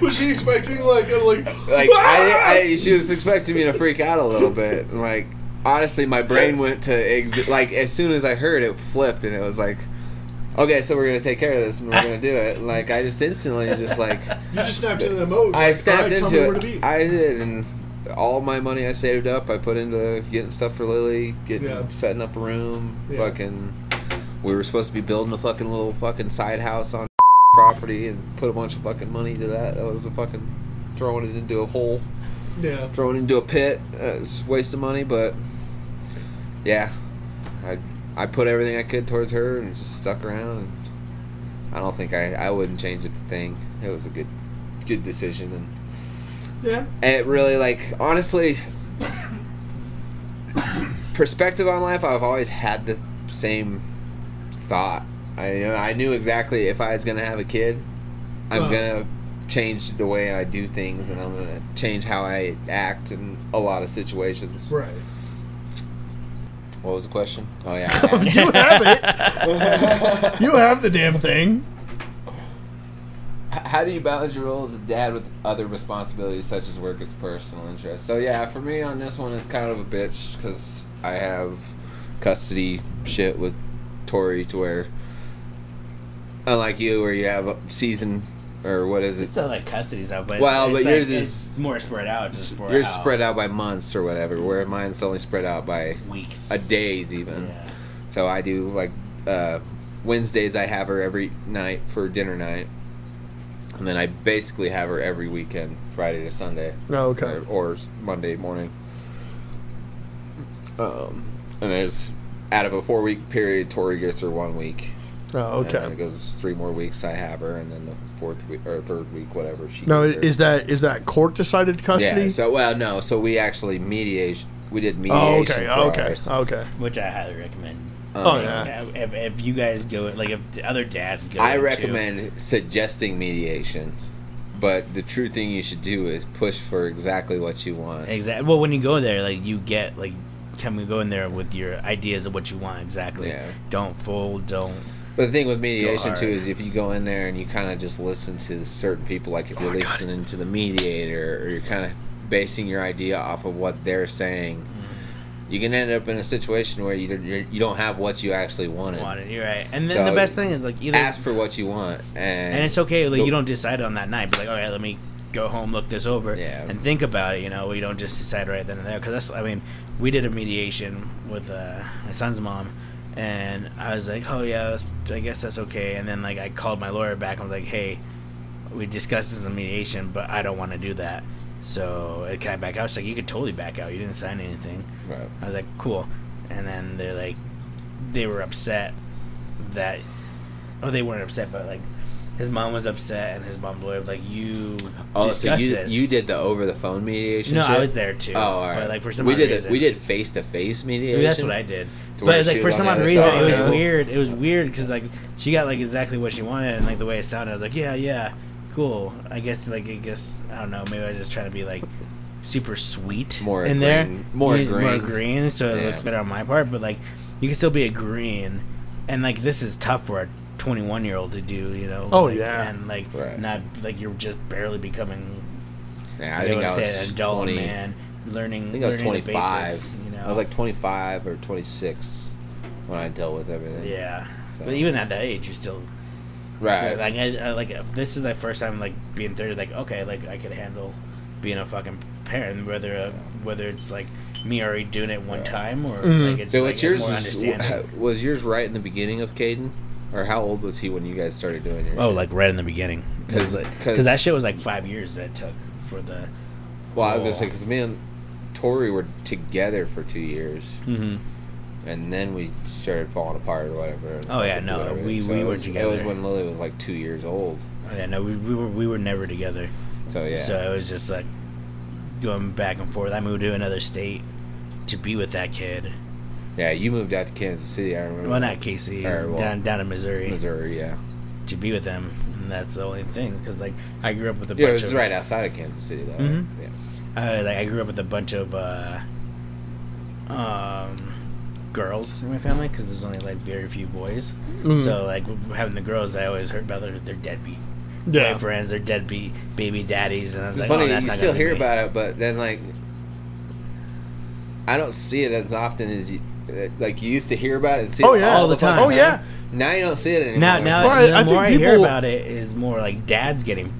S4: Was she expecting like a like
S2: like I, I, she was expecting me to freak out a little bit. And, Like honestly, my brain went to ex- like as soon as I heard it flipped, and it was like, okay, so we're gonna take care of this, and we're gonna do it. And, Like I just instantly just like
S4: you just snapped into the mode?
S2: I
S4: like,
S2: snapped
S4: "Alright, tell me
S2: into
S4: where to
S2: it.
S4: be."
S2: I did, and all my money I saved up, I put into getting stuff for Lily, getting
S4: Yeah.
S2: setting up a room,
S4: Yeah.
S2: fucking. We were supposed to be building a fucking little fucking side house on property and put a bunch of fucking money to that. That was a fucking throwing it into a hole,
S4: yeah.
S2: throwing it into a pit. Uh, it's a waste of money, but yeah, I I put everything I could towards her and just stuck around. And I don't think I I wouldn't change a thing. It was a good good decision and.
S4: Yeah.
S2: And it really like honestly perspective on life i've always had the same thought i you know, i knew exactly if i was gonna have a kid i'm
S4: Uh-huh.
S2: gonna change the way i do things and i'm gonna change how i act in a lot of situations
S4: Right.
S2: what was the question oh yeah
S4: you have it. you have the damn thing.
S2: H- how do you balance your role as a dad with other responsibilities such as work and personal interests? So yeah, for me on this one, it's kind of a bitch because I have custody shit with Tori to where, unlike you, where you have a season or what is it?
S1: It's still like custody's out, but
S2: Well,
S1: it's
S2: but
S1: like-
S2: yours
S1: it's
S2: is-
S1: more spread out. Just for uh,
S2: You're
S1: how-
S2: spread out by months or whatever, where mine's only spread out by
S1: weeks.
S2: a days even.
S1: Yeah.
S2: So I do like uh, Wednesdays. I have her every night for dinner night, and then I basically have her every weekend, Friday to Sunday.
S4: Oh, okay.
S2: Or, or Monday morning. Um, and it's out of a four week period, Tori gets her one week.
S4: Oh,
S2: And then it goes three more weeks. I have her, and then the fourth week or third week, whatever she.
S3: Now, i-
S2: gets her.
S3: is that is that court decided custody?
S2: yeah. So well, no. So we actually mediation. We did mediation.
S3: oh, okay,
S2: for
S3: okay,
S2: ours.
S3: okay.
S1: Which I highly recommend.
S2: Um,
S3: oh
S4: Uh.
S3: yeah.
S1: If, if you guys go, like if the other dads go,
S2: I
S1: too.
S2: recommend suggesting mediation, but the true thing you should do is push for exactly what you want.
S1: Exactly. Well, when you go there, like you get like, can we go in there with your ideas of what you want exactly?
S2: Yeah.
S1: Don't fold. Don't.
S2: But the thing with mediation
S1: hard.
S2: too is if you go in there and you kind of just listen to certain people, like
S1: Oh,
S2: if you're listening to the mediator or you're kind of basing your idea off of what they're saying,
S1: Mm.
S2: you can end up in a situation where you you're, you don't have what you actually wanted.
S1: Want it. You're right. And then
S2: So,
S1: the best thing is like either
S2: Ask for what you want, and,
S1: and it's okay. Like you
S2: Nope.
S1: don't decide on that night. But like, all right, let me go home, look this over,
S2: Yeah.
S1: and think about it. You know, we don't just decide right then and there. Because that's, I mean, we did a mediation with uh, my son's mom, and I was like, oh yeah, that's- I guess that's okay. And then like I called my lawyer back. and was like, hey, we discussed this in the mediation, but I don't want to do that. So uh, can I back out? She's like, you could totally back out. You didn't sign anything.
S2: Right.
S1: I was like, cool. And then they're like, they were upset that, oh, they weren't upset, but like, his mom was upset, and his mom's lawyer was like, you
S2: Oh, so
S1: discussed
S2: you
S1: this.
S2: you did the over the phone mediation?
S1: no, I
S2: shit?
S1: was there too.
S2: Oh, all right.
S1: But like for some
S2: we
S1: odd
S2: did
S1: reason,
S2: the, we did face to face mediation.
S1: Maybe that's what I did.
S2: To where
S1: But
S2: she
S1: like for
S2: was
S1: some
S2: on the
S1: odd
S2: other
S1: reason,
S2: side.
S1: it was
S2: Yeah.
S1: weird. It was weird because like she got like exactly what she wanted, and like the way it sounded, I was like, yeah, yeah, cool. I guess like I guess I don't know. Maybe I was just trying to be like super sweet
S2: More
S1: in there,
S2: agreeing. More
S1: Yeah, more
S2: agreeing.
S1: agreeing, so it
S2: Yeah.
S1: looks better on my part. But like you can still be agreeing, and like this is tough for a 21 year old to do, you know?
S3: Oh,
S1: like,
S3: yeah.
S1: and like
S2: Right.
S1: not like you're just barely becoming.
S2: Yeah,
S1: I
S2: I
S1: think
S2: think I
S1: would
S2: was
S1: say an adult
S2: 20,
S1: man learning.
S2: I think I was
S1: learning the
S2: 25.
S1: basics, you know,
S2: I was like 25 or 26 when I dealt with everything.
S1: Yeah,
S2: So-
S1: but even at that age, you're still
S2: Right.
S1: so, like I, I like uh, this is the first time like being thirty. Like okay, like I could handle being a fucking parent, whether uh, whether it's like me already doing it one
S2: Yeah.
S1: time or
S3: Mhm.
S1: like it's
S2: so
S1: like,
S2: what's yours
S1: more
S2: is,
S1: understanding.
S2: was yours right in the beginning of Caden? Or how old was he when you guys started doing yours?
S1: Oh, like right in the beginning,
S2: 'Cause-
S1: because like,
S2: 'cause-
S1: cause that shit was like five years that it took for the.
S2: well, I was gonna
S1: oh.
S2: say because me and Tori were together for two years, and then we started falling apart or whatever. and
S1: Oh, yeah,
S2: fucking
S1: no,
S2: doing everything.
S1: we-
S2: So
S1: we
S2: it
S1: were
S2: was- It was
S1: together.
S2: when Lily was like two years old.
S1: Oh, yeah, no, we, we were we were never together.
S2: So yeah,
S1: So it was just like going back and forth. I moved to another state to be with that kid.
S2: yeah, you moved out to Kansas City. I remember.
S1: Well, not Casey,
S2: Or, well,
S1: down down in Missouri.
S2: Missouri. Yeah,
S1: to be with them, and that's the only thing. Because like I grew up with a bunch
S2: yeah, it was
S1: of
S2: right outside of Kansas City though.
S1: Mhm.
S2: Yeah.
S1: uh, like I grew up with a bunch of uh, um, girls in my family because there's only like very few boys.
S2: Mm-hmm.
S3: Mm.
S1: So like w- having the girls, I always heard about their they're deadbeat.
S3: Yeah.
S1: my friends, they're deadbeat baby daddies, and I was
S2: It's
S1: like, oh,
S2: funny
S1: that's
S2: you
S1: not
S2: still
S1: gonna be
S2: hear
S1: me.
S2: about it, but then like I don't see it as often as you uh, like you used to hear about it and see
S3: Oh,
S2: it
S3: yeah.
S2: all the
S1: All the time.
S2: fucking
S3: Oh, yeah.
S2: Now you don't see it anymore.
S1: Now, now,
S3: Well, I-
S1: the
S3: I think
S1: more I hear
S3: people-
S1: about it, is more like dad's getting,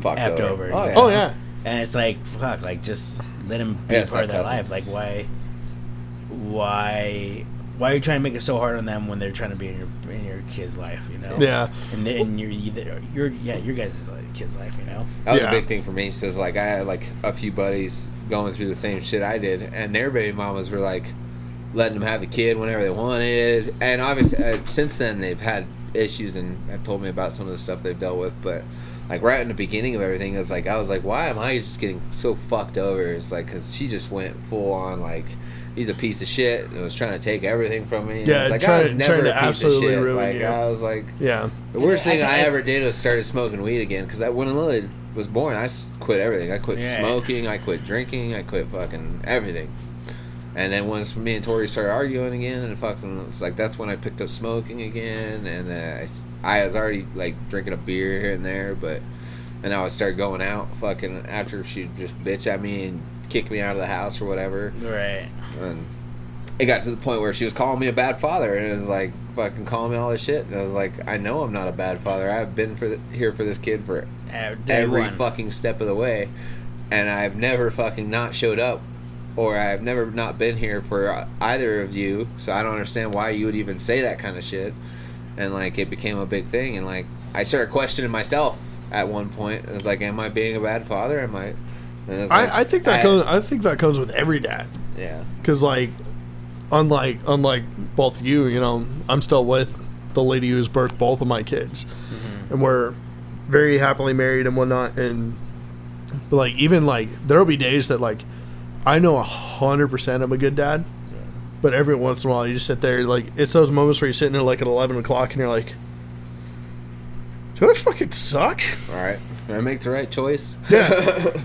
S2: Fucked
S1: after over.
S2: Oh yeah.
S3: Oh yeah.
S1: and it's like fuck, like just let him be
S2: Yeah, it's
S1: part of
S2: like
S1: their
S2: cousins.
S1: life. Like why, why, why are you trying to make it so hard on them when they're trying to be in your in your kid's life? You know,
S3: Yeah.
S1: and then you're either you're yeah your guys' like, kid's life, you know.
S2: That was
S3: Yeah.
S2: a big thing for me. Says like I had like a few buddies going through the same shit I did, and their baby mamas were like letting them have a kid whenever they wanted. And obviously, uh, since then they've had issues and have told me about some of the stuff they've dealt with. But like right in the beginning of everything, it was like I was like, why am I just getting so fucked over? It's like because she just went full on like. He's a piece of shit and was trying to take everything from me. And
S3: Yeah,
S2: I was like,
S3: trying-
S2: I was never
S3: trying to
S2: a piece of
S3: absolutely
S2: shit.
S3: ruin
S2: Like,
S3: you.
S2: I was like,
S3: Yeah.
S2: the worst
S1: I
S2: thing
S1: think
S2: I,
S1: it's-
S2: ever did was started smoking weed again because when Lily was born, I s- quit everything. I quit
S1: Yeah.
S2: smoking, I quit drinking, I quit fucking everything. And then once me and Tori started arguing again, and fucking, it's like that's when I picked up smoking again, and uh, I s- I, was already like drinking a beer here and there, but and I would start going out fucking after she would just bitch at me and kick me out of the house or whatever,
S1: Right.
S2: and it got to the point where she was calling me a bad father, and it was like fucking calling me all this shit. And I was like, I know I'm not a bad father. I've been for the, here for this kid for
S1: Uh, day
S2: every
S1: one.
S2: fucking step of the way, and I've never fucking not showed up, or I've never not been here for uh, either of you. So I don't understand why you would even say that kind of shit. And like, it became a big thing, and like, I started questioning myself at one point. It was like, am I being a bad father? Am I? And it was like,
S3: I, I think that
S2: I-
S3: comes. I think that comes with every dad.
S2: Yeah.
S3: because like unlike unlike both of you you know i'm still with the lady who's birthed both of my kids and we're very happily married and whatnot and but like even like there'll be days that like i know a hundred percent i'm a good dad but every once in a while you just sit there like it's those moments where you're sitting there like at 11 o'clock and you're like do i fucking suck
S2: All right. Did I make the right choice?
S3: yeah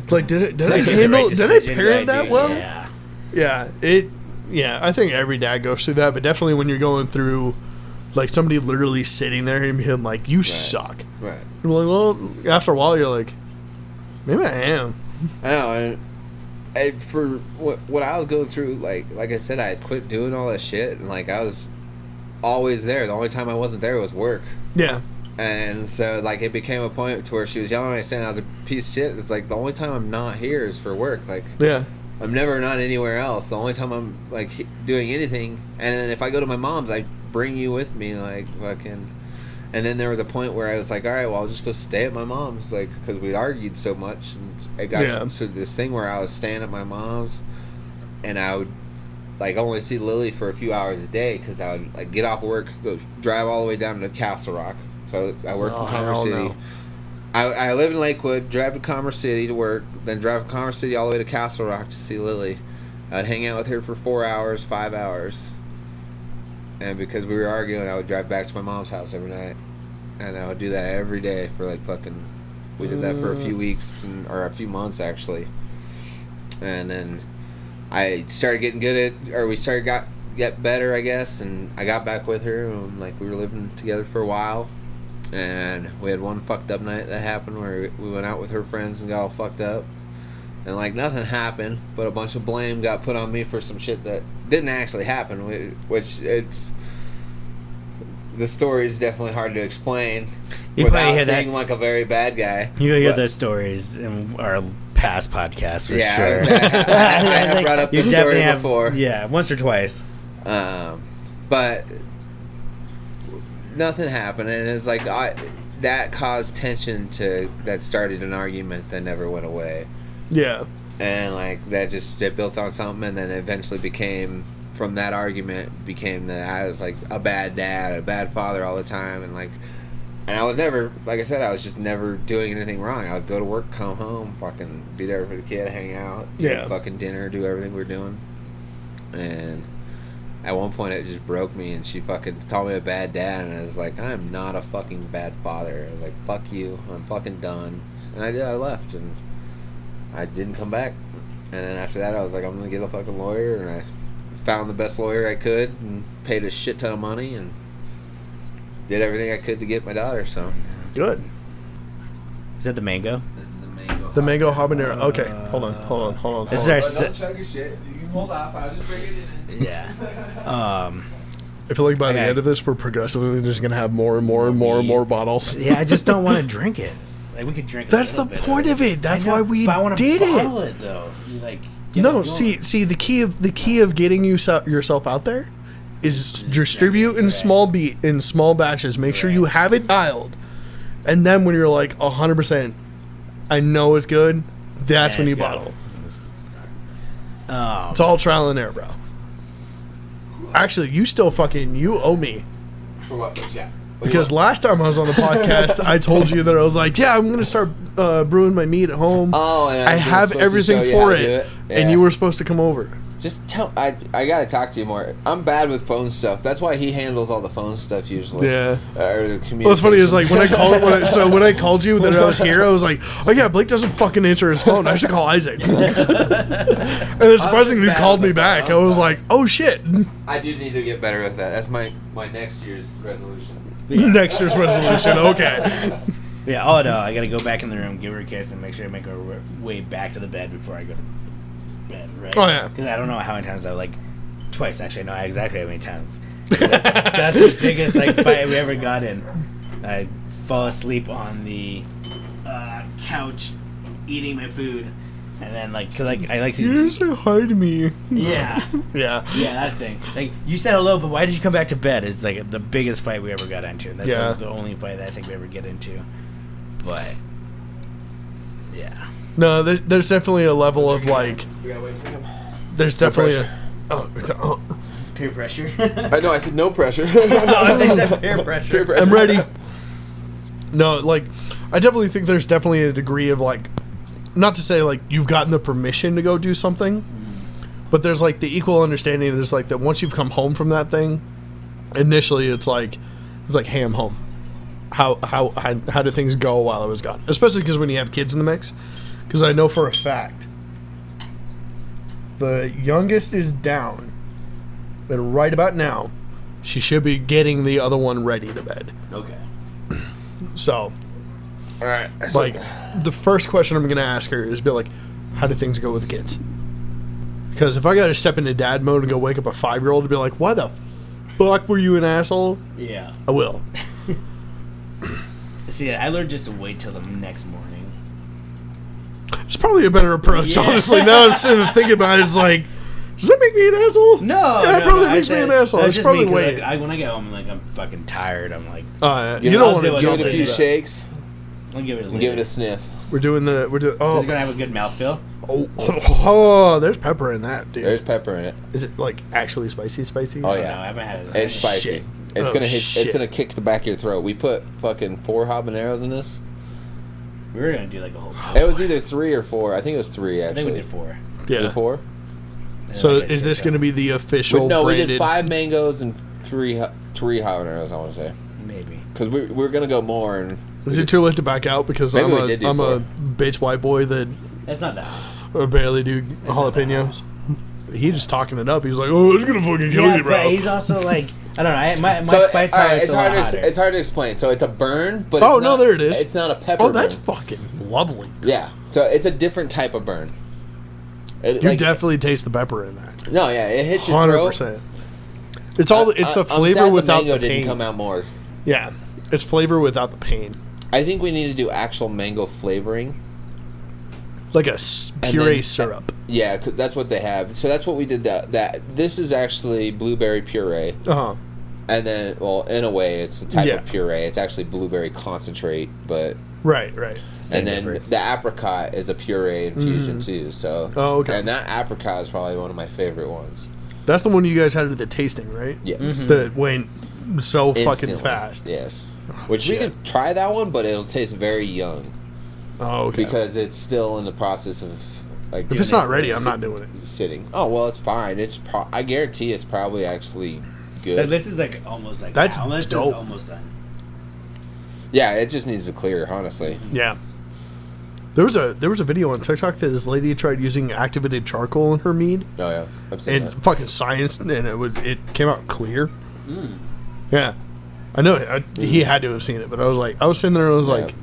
S3: like did it did
S1: Did I
S3: i
S1: do the right
S3: handle did i
S1: decision?
S3: parent
S1: Did I
S3: that
S1: do-
S3: well
S1: Yeah.
S3: yeah, it. Yeah, I think every dad goes through that, but definitely when you're going through, like somebody literally sitting there and being like, "You suck."
S2: Right.
S3: You're like, well, after a while, you're like, maybe I am.
S2: I know. And, and for what, what I was going through, like like I said, I had quit doing all that shit, and like I was always there. The only time I wasn't there was work.
S3: Yeah,
S2: And so, like, it became a point to where she was yelling at me saying I was a piece of shit. It's like the only time I'm not here is for work. Like,
S3: yeah,
S2: I'm never not anywhere else. The only time I'm like he- doing anything, and then if I go to my mom's, I bring you with me, like fucking. And then there was a point where I was like, all right, well, I'll just go stay at my mom's, like, because we argued so much. And it got
S3: Yeah.
S2: to this thing where I was staying at my mom's, and I would, like, only see Lily for a few hours a day because I would, like, get off work, go drive all the way down to Castle Rock. So I worked
S3: Oh,
S2: in Commerce
S3: hell
S2: City.
S3: no.
S2: I, I live in Lakewood, drive to Commerce City to work, then drive to Commerce City all the way to Castle Rock to see Lily. I'd hang out with her for four hours, five hours. And because we were arguing, I would drive back to my mom's house every night. And I would do that every day for like fucking. We did that for a few weeks, and, or a few months actually. And then I started getting good at, or we started got get better, I guess. And I got back with her, and like we were living together for a while. And we had one fucked up night that happened where we went out with her friends and got all fucked up. And like nothing happened, but a bunch of blame got put on me for some shit that didn't actually happen, whi- which it's the story is definitely hard to explain
S1: You probably
S2: without
S1: had that-
S2: seeming like a very bad guy.
S1: You gotta hear
S2: But-
S1: those stories in our past podcasts for
S2: Yeah, I
S1: sure.
S2: was- I have
S1: Like,
S2: brought up
S1: you
S2: the story
S1: definitely have-
S2: before.
S1: Yeah, once or twice.
S2: Um, but nothing happened, and it's like I, that caused tension to that started an argument that never went away,
S3: Yeah.
S2: and like that just it built on something, and then eventually became from that argument became that I was like a bad dad, a bad father all the time, and like. And I was never, like I said, I was just never doing anything wrong. I would go to work, come home, fucking be there for the kid, hang out, get
S3: Yeah.
S2: fucking dinner, do everything we were doing. And at one point, it just broke me, and she fucking called me a bad dad, and I was like, I'm not a fucking bad father. I was like, fuck you, I'm fucking done. And I did, I left, and I didn't come back. And then after that, I was like, I'm gonna get a fucking lawyer, and I found the best lawyer I could, and paid a shit ton of money, and did everything I could to get my daughter. So
S3: Good.
S1: Is that the mango?
S2: this is the mango. Oh,
S3: The mango habanero. Okay. Hold on. Hold on. Hold on.
S1: This
S3: hold
S1: is
S3: on.
S1: our se-
S2: chug your shit. You can hold off. I was just bringing it in.
S1: yeah. Um,
S3: I feel like by the
S1: Okay.
S3: end of this, we're progressively just gonna have more and more and more and more bottles.
S1: yeah, I just don't want to drink it. Like we could drink. a
S3: That's
S1: little
S3: the
S1: bit
S3: point of it. That's
S1: I know,
S3: why we
S1: but I wanna
S3: did it.
S1: bottle it. though. You, Like get it
S3: No,
S1: going.
S3: see, see, the key of the key of getting you so- yourself out there is distribute in
S1: right.
S3: small beat in small batches. Make sure you have it dialed, and then when you're like hundred percent, I know it's good. That's
S1: Yeah,
S3: when
S1: it's
S3: you
S1: got-
S3: bottle.
S1: Um,
S3: It's all trial and error, bro. Actually, you still fucking you owe me
S2: For what? What you got? What
S3: because
S2: you
S3: last time I was on the podcast, I told you that I was like, yeah, I'm gonna start uh, brewing my meat at home.
S2: want? oh, and
S3: I
S2: was
S3: have
S2: supposed to show
S3: everything
S2: you how
S3: for
S2: to do
S3: it,
S2: Yeah.
S3: and you were supposed to come over.
S2: just tell. I I gotta talk to you more. I'm bad with phone stuff. That's why he handles all the phone stuff usually.
S3: Yeah.
S2: Or the
S3: Well, it's funny. Is
S2: communications.
S3: like when I called when I, so when I called you that I was here, I was like, oh yeah, Blake doesn't fucking answer his phone. I should call Isaac. and it's surprising you
S2: bad
S3: called
S2: with
S3: me
S2: the
S3: back. I
S2: phone.
S3: was like, oh shit.
S2: I do need to get better at that. That's my my next year's resolution.
S3: Next year's resolution. Okay.
S1: Yeah. Oh no, I gotta go back in the room, give her a kiss, and make sure I make her w- way back to the bed before I go to bed. Right.
S3: Oh, yeah.
S1: Because I don't know how many times I like twice. Actually, I know exactly how many times. That's, that's the biggest like fight we ever got in. I fall asleep on the uh, couch, eating my food, and then like because like I like
S3: You
S1: to
S3: say hi to me.
S1: yeah
S3: Yeah.
S1: yeah that thing like you said hello, but why did you come back to bed? Is like the biggest fight we ever got into. And that's
S3: Yeah.
S1: like, the only fight that I think we ever get into. But yeah.
S3: No, there, there's definitely a level of like.
S2: We gotta wait for him.
S3: There's definitely
S2: pressure.
S3: a. Oh, it's- oh,
S1: Peer pressure.
S2: I know. I said no pressure.
S1: I think that's peer pressure.
S2: Peer pressure.
S3: I'm ready. No, like, I definitely think there's definitely a degree of like, not to say like you've gotten the permission to go do something, but there's like the equal understanding that it's like that once you've come home from that thing, initially it's like, it's like, hey, I'm home. How how how, how did things go while I was gone? Especially because when you have kids in the mix, because I know for a fact, the youngest is down, and right about now, she should be getting the other one ready to bed.
S1: Okay.
S3: So,
S2: All right. So,
S3: like, the first question I'm going to ask her is be like, how do things go with the kids? Because if I got to step into dad mode and go wake up a five year old and be like, why the fuck were you an asshole?
S1: Yeah.
S3: I will.
S1: See, I learned just to wait till the next morning.
S3: It's probably a better approach,
S1: Yeah.
S3: honestly. Now I'm sitting there thinking about it. It's like, Does that make me an asshole?
S1: No,
S3: Yeah, it
S1: no,
S3: probably
S1: no, I
S3: makes me
S1: said-
S3: an asshole.
S1: I
S3: I
S1: was
S3: should
S1: just
S3: probably
S1: mean 'cause,
S3: wait.
S1: like, I, when I get home, like I'm fucking tired. I'm like,
S3: Uh,
S2: Give
S3: you
S2: it-
S3: don't
S2: I'll
S3: want
S1: do
S3: to
S1: it.
S2: Give
S3: jump
S2: it a
S1: Don't
S2: few
S1: do
S3: in.
S1: that.
S2: shakes
S1: I'll give it a
S2: and give it
S1: lick.
S2: a sniff.
S3: We're doing the we're doing
S1: Is
S3: oh,
S1: it gonna have a good mouthfeel?
S3: oh, oh, there's pepper in that dude.
S2: There's pepper in it.
S3: Is it like actually spicy? Spicy?
S2: Oh,
S1: I don't
S2: yeah.
S1: know, I haven't had it.
S2: It's spicy.
S3: Shit.
S2: It's
S3: Oh,
S2: gonna hit.
S3: shit.
S2: It's gonna kick the back of your throat. We put fucking four habaneros in this.
S1: We were gonna do like a whole.
S2: It was either three or four. I think it was three
S1: I think we
S2: actually.
S1: did four.
S2: Was it
S3: yeah.
S2: four?
S1: And
S3: So
S1: like I
S3: is
S1: said,
S3: this
S1: uh,
S3: going to be the
S2: We-
S3: official?
S2: no, we
S3: branded?
S2: did five mangoes and three ha- three habaneros. I want to say
S1: maybe?
S2: because we, we are gonna go more and
S3: Is it too late to back out because
S2: Maybe
S3: I'm
S2: we
S3: a
S2: did do
S3: I'm a
S2: four.
S3: bitch white boy that uh,
S1: That's not that. hard.
S3: barely do jalapenos. He just talking it up. He's like, oh, it's gonna fucking kill
S1: Yeah,
S3: you,
S1: but
S3: bro. Oh,
S1: he's also like I don't know. I, my my
S2: so
S1: spice
S2: all right,
S1: tolerance
S2: it's
S1: is a
S2: hard.
S1: lot
S2: To ex-
S1: hotter.
S2: it's hard to explain. So it's a burn, but
S3: Oh,
S2: it's
S3: no,
S2: not-
S3: there it is.
S2: It's not a pepper.
S3: Oh, that's
S2: burn.
S3: fucking lovely.
S2: yeah. So it's a different type of burn. It,
S3: You
S2: like-
S3: definitely taste the pepper in that.
S2: no, yeah, it hits your
S3: Hundred
S2: throat.
S3: percent. It's all. the- It's
S2: I-
S3: the
S2: I'm
S3: flavor
S2: sad the
S3: without
S2: mango
S3: the
S2: didn't
S3: pain.
S2: come out more.
S3: Yeah, it's flavor without the pain.
S2: I think we need to do actual mango flavoring.
S3: Like a s-
S2: And
S3: puree
S2: then-
S3: syrup.
S2: Yeah, 'cause that's what they have. So that's what we did. That that this is actually blueberry puree,
S3: Uh huh.
S2: and then well, in a way, it's a type
S3: Yeah.
S2: of puree. It's actually blueberry concentrate, but
S3: Right. Right.
S1: Same
S2: and then
S1: difference.
S2: the apricot is a puree infusion too. So
S3: Oh, okay.
S2: and that apricot is probably one of my favorite ones.
S3: That's the one you guys had at the tasting, right?
S2: Yes,
S3: That went so
S2: Instantly.
S3: fucking fast. Oh,
S2: Yes, which we
S3: shit.
S2: could try that one, but it'll taste very young
S3: Oh, okay.
S2: because it's still in the process of. Like,
S3: if
S2: doing
S3: it's not
S2: this-
S3: ready,
S2: this-
S3: I'm not doing it.
S2: sitting. Oh well, it's fine. It's pro- I guarantee it's probably actually
S1: Like,
S2: good.
S1: this is like almost like
S3: That's
S1: wow, this is
S3: dope.
S1: almost done.
S2: yeah, it just needs to clear. Honestly,
S3: Yeah. There was a there was a video on TikTok that this lady tried using activated charcoal in her mead
S2: oh yeah, I've seen
S3: and
S2: that.
S3: fucking science and it was it came out clear.
S2: Mm.
S3: Yeah. I know I, he had to have seen it, but I was like I was sitting there and I was
S2: Yeah.
S3: like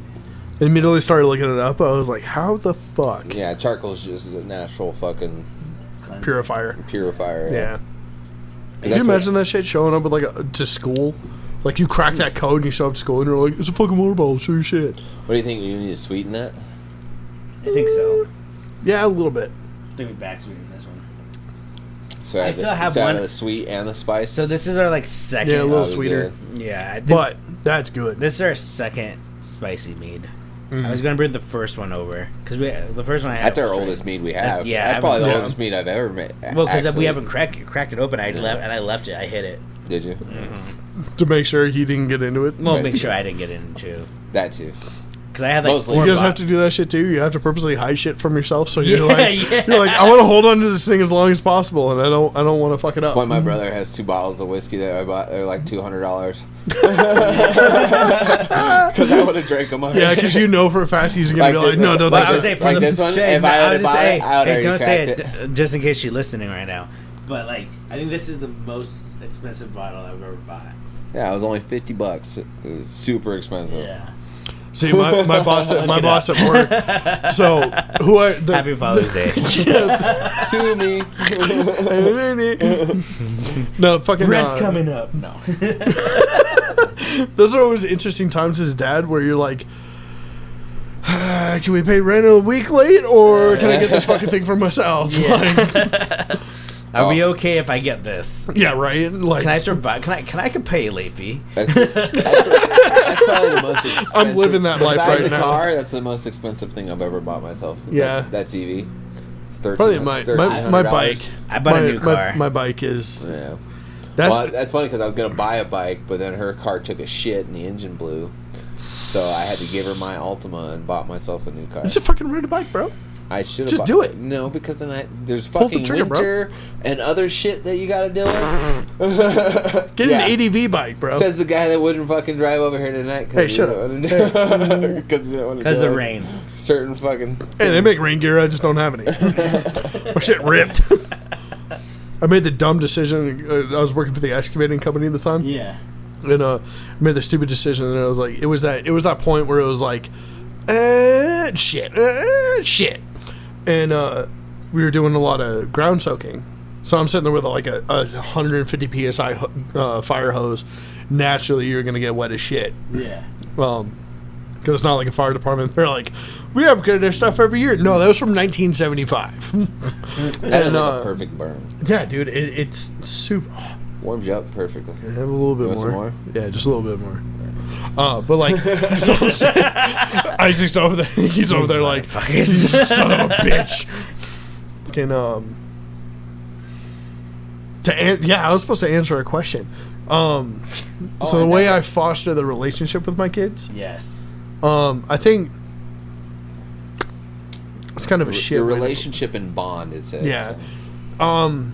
S3: immediately started looking it up. I was like how the fuck
S2: Yeah, charcoal's just a natural fucking
S1: Cleanse.
S3: purifier.
S2: purifier.
S3: Yeah.
S2: 'Cause
S3: Could you
S2: that's what-
S3: imagine that shit showing up with like a, to school? Like you crack that code and you show up to school and you're like, it's a fucking water bottle, show your shit.
S2: What do you think? You need to sweeten that?
S1: I think so.
S3: Yeah, a little bit.
S1: I think we back sweeten this one.
S2: So
S1: I
S2: have
S1: still
S2: the,
S1: have
S2: so
S1: one-
S2: the sweet and the spice.
S1: So this is our like second.
S3: Yeah, a
S2: That'll
S3: little
S2: be
S3: sweeter.
S2: good.
S1: yeah. I think
S3: But that's good.
S1: this is our second spicy mead. I
S3: Mm-hmm.
S1: was gonna bring the first one over because we the first one I had
S2: That's
S1: was
S2: our
S1: straight.
S2: oldest mead we
S1: That's-
S2: have.
S1: yeah,
S2: that's
S1: I
S2: probably the
S3: haven't-
S2: oldest mead I've ever made.
S1: Well, because
S2: actually.
S1: we haven't cracked cracked it open, I left and I left it. I hid it.
S2: Did you?
S1: Mm.
S3: To make sure he didn't get into it.
S1: Well,
S2: Right.
S1: make sure I didn't get in too,
S2: That too.
S1: because I had like
S2: Mostly.
S1: four
S3: You guys
S1: bo-
S3: have to do that shit too. You have to purposely hide shit from yourself. So you're
S1: Yeah,
S3: like,
S1: yeah.
S3: you're like, I want to hold on to this thing as long as possible, and I don't, I don't want to fuck
S1: Oh.
S3: it up.
S2: One, my brother has two bottles of whiskey that I bought. They're like two hundred dollars. Because I would have drank them. Already.
S3: Yeah, because you know for a fact he's gonna
S2: Like
S3: be like,
S2: this-
S3: no, don't
S1: But
S2: like
S1: I
S3: touch
S1: would
S2: this-
S3: it.
S1: say for
S2: like
S1: the,
S2: this one,
S1: Jay,
S2: if
S1: no,
S2: I
S1: would
S2: had
S1: just
S2: bought
S1: say,
S2: it, I would
S1: hey,
S2: already
S1: don't say it,
S2: cracked
S1: d- just in case she's listening right now. But like, I think this is the most expensive bottle I've ever bought.
S2: Yeah, it was only fifty bucks. It was super expensive.
S1: Yeah.
S3: See, my, my boss, at, my
S1: Look it
S3: boss at work. So who I the,
S1: Happy Father's Day.
S2: to me.
S3: no fucking
S1: Rent's
S3: uh,
S1: coming up. No.
S3: Those are always interesting times as dad where you're like. "Ah, Can we pay rent a week late, or can I get this fucking thing for myself?
S1: Yeah.
S3: Like,
S1: Are
S2: Oh.
S1: we okay if I get this?
S3: yeah, right. Like,
S1: Can I survive? Can I? Can I could pay a late fee?
S2: That's, that's, that's probably the most expensive.
S3: I'm living that life
S2: besides
S3: right
S2: a
S3: now.
S2: car, that's the most expensive thing I've ever bought myself. It's
S3: Yeah.
S2: like that TV. It's
S3: Probably
S2: $1,300.
S3: my, my, my bike.
S1: I bought a
S3: my,
S1: new
S3: my-
S1: car.
S3: My, bike is
S2: Yeah.
S3: that's
S2: well, that's funny because I was gonna buy a bike, but then her car took a shit and the engine blew, so I had to give her my Altima and bought myself a new car.
S3: it's a fucking ride a bike, bro.
S2: I should
S3: just
S2: bought,
S3: do it.
S2: No, because then I there's
S3: the
S2: fucking
S3: trigger, bro.
S2: winter and other shit that you gotta deal with.
S3: Get
S2: Yeah.
S3: an ADV bike, bro.
S2: Says the guy that wouldn't fucking drive over here tonight.
S3: Hey, shut up.
S2: Because
S1: Because the rain.
S2: Certain fucking.
S3: hey, they make rain gear. I just don't have any. my shit ripped. I made the dumb decision. uh, I was working for the excavating company at the time,
S1: Yeah.
S3: and uh, made the stupid decision. And I was like, it was that it was that point where it was like, eh, shit, eh, shit, and uh, we were doing a lot of ground soaking. So I'm sitting there with like a, a 150 psi ho- uh, fire hose. Naturally, you're gonna get wet as shit.
S1: Yeah.
S3: Um 'cause because it's not like a fire department. They're like, we upgrade their stuff every year. No, that was from 1975.
S2: That is like
S3: uh,
S2: a perfect burn.
S3: Yeah, dude, it, it's super. oh,
S2: Warms you up perfectly.
S3: I have a little bit
S2: want
S3: more.
S2: some
S3: Yeah, just a little bit more. Uh, but like, so I'm saying- Isaac's over there. He's over there like, son of a bitch. Can um. To an- yeah, I was supposed to answer a question. Um, so
S2: Oh, I
S3: the way
S2: know.
S3: I foster the relationship with my kids,
S1: Yes.
S3: um, I think it's kind of a shit.
S2: Your
S3: way to-
S2: relationship and bond, it says.
S3: Yeah. Um,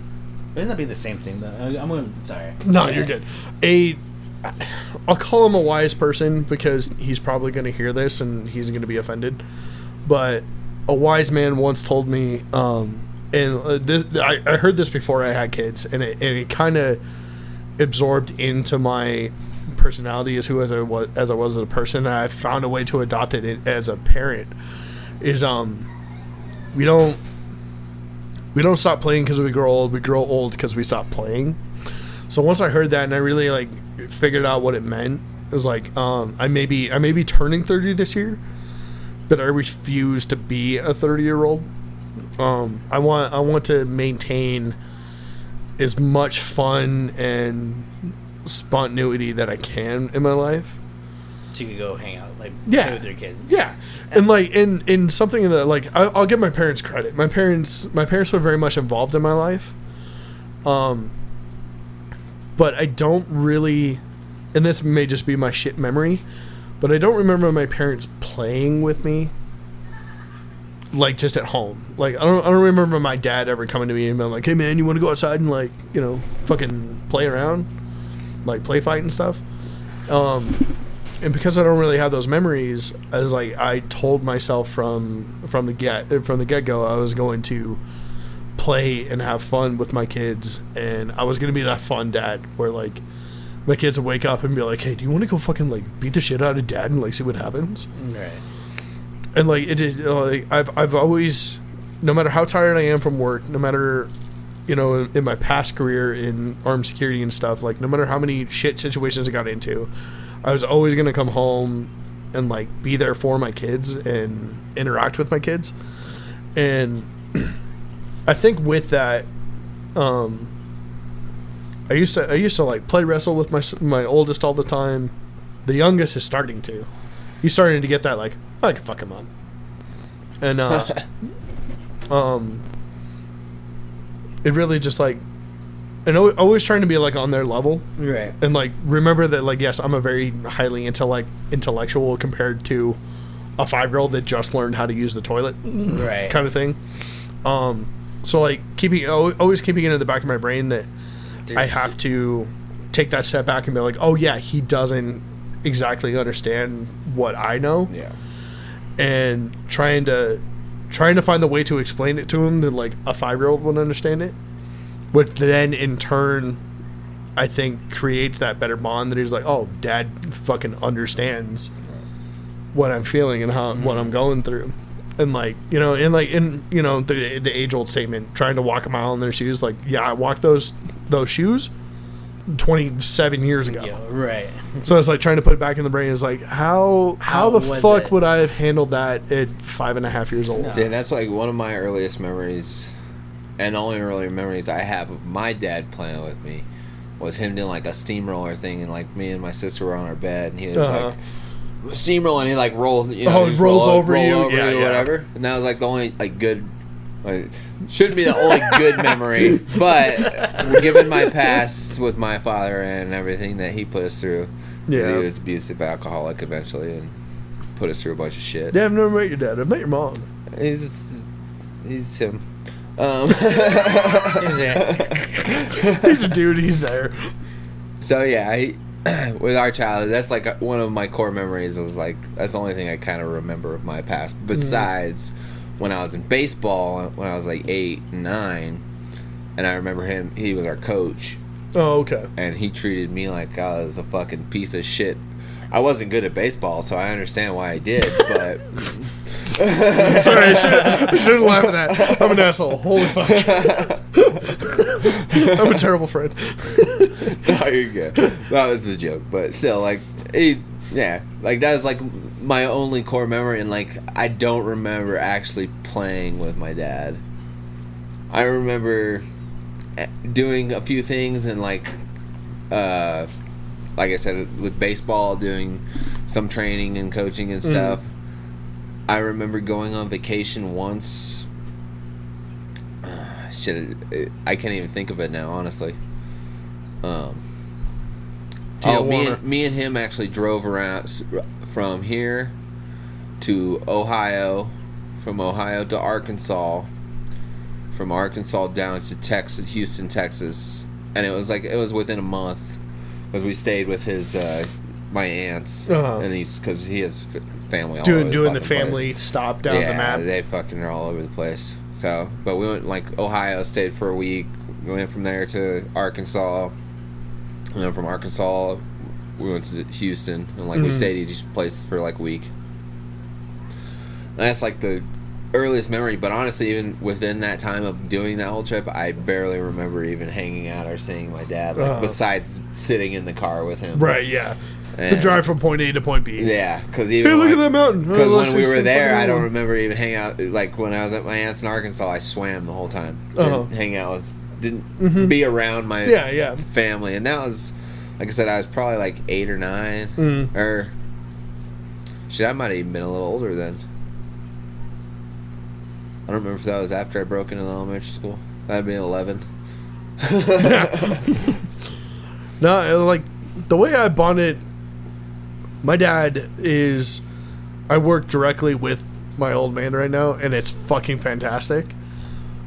S1: Wouldn't that be the same thing though? I- I'm gonna. Sorry.
S3: No, you're good. A, I'll call him a wise person because he's probably going to hear this and he's going to be offended. But a wise man once told me, um, and uh, this, I, I heard this before I had kids, and it, and it kind of absorbed into my personality as who as I was as I was as a person. And I found a way to adopt it in- as a parent. Is um, we don't we don't stop playing because we grow old. We grow old because we stop playing. So once I heard that and I really like figured out what it meant, it was like um, I may be I may be turning thirty this year, but I refuse to be a thirty year old. Um, I want I want to maintain as much fun and spontaneity that I can in my life.
S1: So you could go hang out, like
S3: Yeah.
S1: play with your kids.
S3: Yeah, and like in in something that like I, I'll give my parents credit. My parents my parents were very much involved in my life, um, but I don't really, and this may just be my shit memory, but I don't remember my parents playing with me. Like just at home, like I don't I don't remember my dad ever coming to me and being like, "Hey man, you want to go outside and like you know fucking play around, like play fight and stuff." Um, and because I don't really have those memories, I was like I told myself from from the get from the get go I was going to play and have fun with my kids, and I was gonna be that fun dad where like my kids would wake up and be like, "Hey, do you want to go fucking like beat the shit out of dad and like see what happens?"
S1: Right.
S3: and like it is uh, like I've I've always, no matter how tired I am from work, no matter, you know, in, in my past career in armed security and stuff, like no matter how many shit situations I got into, I was always gonna come home, and like be there for my kids and interact with my kids, and I think with that, um. I used to I used to like play wrestle with my s- my oldest all the time. The youngest is starting to he's starting to get that like I can fuck him up, and uh, um, it really just like, and al- always trying to be like on their level
S1: Right.
S3: and like remember that like yes I'm a very highly intellect intellectual compared to a five year old that just learned how to use the toilet
S1: Right.
S3: kind of thing, um, so like keeping al- always keeping it in the back of my brain that I have to take that step back and be like oh yeah he doesn't exactly understand what I know
S2: Yeah.
S3: and trying to trying to find the way to explain it to him that like a five year old would understand it, which then in turn, I think creates that better bond that he's like, oh, dad fucking understands what I'm feeling and how what I'm going through, and like you know, and like in you know the the age old statement, trying to walk a mile in their shoes, like yeah, I walked those those shoes. 27 years ago.
S1: Yeah, right.
S3: So it's like trying to put it back in the brain. It's like how
S1: How
S3: how, the
S1: was
S3: fuck
S1: it?
S3: would I have handled that at five and a half years old?
S1: No.
S2: See, and that's like one of my earliest memories, and only early memories I have of my dad playing with me was him doing like a steamroller thing, and like me and my sister were on our bed, and he was
S3: Uh-huh.
S2: like steamrolling, and he like rolls, you know,
S3: Oh,
S2: he just
S3: rolls
S2: roll-
S3: over
S2: roll
S3: you, yeah, yeah.
S2: whatever. And that was like the only like good. Like, should be the only good memory, but given my past with my father and everything that he put us through, 'cause
S3: Yeah.
S2: he was abusive, alcoholic, eventually, and put us through a bunch of shit.
S3: Yeah, I've never met your dad. I've met your mom.
S2: He's he's him. Um,
S3: He's a dude. He's there.
S2: so yeah, I, with our childhood, that's like one of my core memories. Is like that's the only thing I kind of remember of my past. Besides, when I was in baseball, when I was like eight, nine, and I remember him. He was our coach,
S3: Oh, okay.
S2: and he treated me like I was a fucking piece of shit. I wasn't good at baseball, so I understand why I did, but.
S3: Sorry, I shouldn't, I shouldn't laugh at that. I'm an asshole. Holy fuck. I'm a terrible friend.
S2: oh, you're good. That was a joke, but still, like, it, yeah, like that is like my only core memory, and like I don't remember actually playing with my dad. I remember eh, doing a few things and like, uh, like I said with baseball, doing some training and coaching and stuff. I remember going on vacation once. Ah, Shit, it- I can't even think of it now, honestly. Um, oh, me
S3: Tijuana.
S2: and, me and him actually drove around s- r- from here to Ohio, from Ohio to Arkansas, from Arkansas down to Texas, Houston, Texas, and it was like it was within a month because we stayed with his uh, my aunts
S3: Uh-huh.
S2: and he's because he has f- family all over
S3: doing doing the
S2: fucking place.
S3: family stop down
S2: yeah,
S3: the map.
S2: they fucking are all over the place. So, but we went like Ohio, stayed for a week. We went from there to Arkansas. And then from Arkansas, we went to Houston, and like
S3: Mm-hmm.
S2: we stayed at each place for like a week. And that's like the earliest memory. But honestly, even within that time of doing that whole trip, I barely remember even hanging out or seeing my dad. Like
S3: Uh-huh.
S2: besides sitting in the car with him,
S3: right, yeah. The
S2: And-
S3: drive from point A to point B.
S2: yeah, because even
S3: Hey, look
S2: like-
S3: at that mountain. Oh,
S2: because
S3: let's
S2: when we
S3: see
S2: were
S3: some
S2: there,
S3: fucking
S2: I don't
S3: mountain.
S2: remember even hang out. Like when I was at my aunt's in Arkansas, I swam the whole time.
S3: Uh-huh. Mm-hmm.
S2: Didn't hang out with, didn't be around my
S3: Yeah, yeah.
S2: family, and that was, like I said, I was probably like eight or nine,
S3: Mm.
S2: or shit, I might have even been a little older then. I don't remember if that was after I broke into the elementary school. That'd be eleven.
S3: No, uh, like the way I bonded. My dad is. I work directly with my old man right now, and it's fucking fantastic.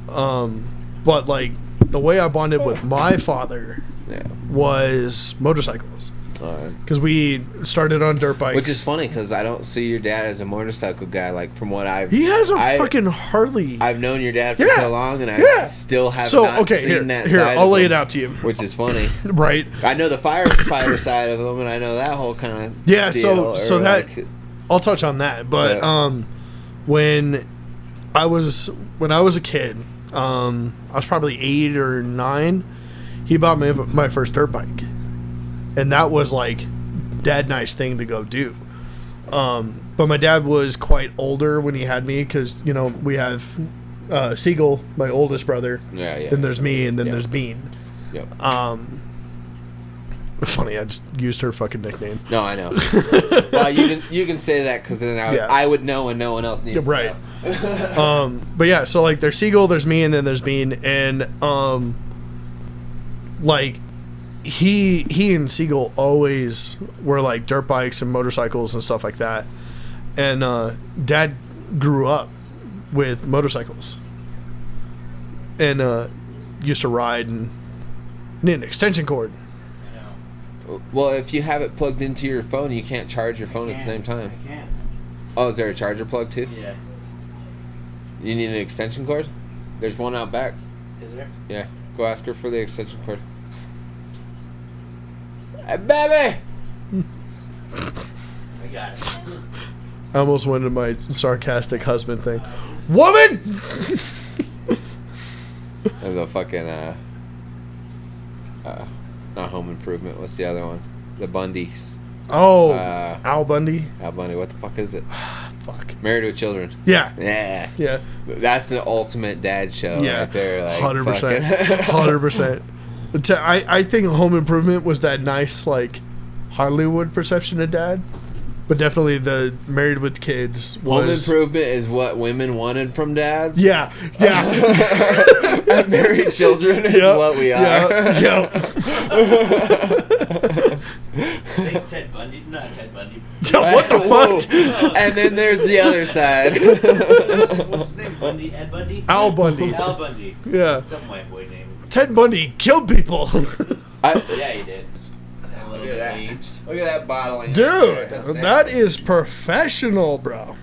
S3: Um, but like the way I bonded with my father
S2: Yeah.
S3: was motorcycles
S2: All right.
S3: because we started on dirt bikes.
S2: Which is funny because I don't see your dad as a motorcycle guy. Like from what I've
S3: he has a
S2: I-
S3: fucking Harley.
S2: I've known your dad for
S3: Yeah.
S2: so long, and I
S3: Yeah.
S2: still have
S3: so
S2: not
S3: okay,
S2: seen
S3: here,
S2: that
S3: here
S2: side.
S3: I'll
S2: of
S3: lay
S2: him,
S3: it out to you.
S2: which is funny.
S3: Right,
S2: I know the firefighter side of him, and I know that whole kind of
S3: Yeah, so- so that-
S2: like,
S3: I'll touch on that. But
S2: Yeah.
S3: um, when I was when I was a kid, um, I was probably eight or nine. He bought me my first dirt bike, and that was like dad nice thing to go do. Um, but my dad was quite older when he had me because you know we have uh, Siegel, my oldest brother.
S2: yeah, yeah.
S3: Then there's me, and then
S2: Yeah.
S3: there's Bean.
S2: Yep.
S3: uh, Funny, I just used her fucking nickname.
S2: no, I know. well, you can you can say that because then I,
S3: Yeah.
S2: I would know, and no one else needs.
S3: Yeah,
S2: to
S3: right.
S2: know.
S3: um, but yeah, so like there's Siegel, there's me, and then there's Bean, and um, like he he and Siegel always were like dirt bikes and motorcycles and stuff like that. And uh, Dad grew up with motorcycles, and uh, used to ride and need an extension cord.
S2: Well, if you have it plugged into your phone, you can't charge your phone at the same time.
S1: I can't.
S2: Oh, is there a charger plug too?
S1: Yeah.
S2: You need an extension cord. There's one out back.
S1: Is there?
S2: Yeah, go ask her for the extension cord. Hey, baby.
S1: I got it.
S3: I almost went into my sarcastic husband thing. Woman,
S2: There's a fucking uh, uh, not Home Improvement. What's the other one? The Bundys.
S3: oh
S2: Uh,
S3: Al Bundy,
S2: Al Bundy. What the fuck is it?
S3: fuck
S2: Married with Children.
S3: yeah,
S2: Yeah,
S3: yeah.
S2: that's the ultimate dad show
S3: Yeah.
S2: right there. Like
S3: hundred percent,
S2: fucking-
S3: hundred percent. To- I I think Home Improvement was that nice like Hollywood perception of dad, but definitely the Married with Kids
S2: Home
S3: was.
S2: Improvement is what women wanted from dads.
S3: yeah, yeah,
S2: and Married Children is
S3: yeah.
S2: what we are.
S3: Yeah, yeah.
S1: Thanks, Ted Bundy. Not Ted Bundy.
S3: Yeah, what the
S2: Whoa.
S3: fuck?
S2: And then there's the other side.
S1: What's his name? Bundy? Ed Bundy?
S3: Al Bundy.
S1: Al Bundy.
S3: Yeah,
S1: Some white boy name.
S3: Ted Bundy killed people,
S2: I-
S1: Yeah, he did. A little
S2: Look at
S1: bit
S2: that.
S1: aged.
S2: Look at that bottling. right there.
S3: dude.
S2: That's
S3: That
S2: sexy.
S3: is professional, bro.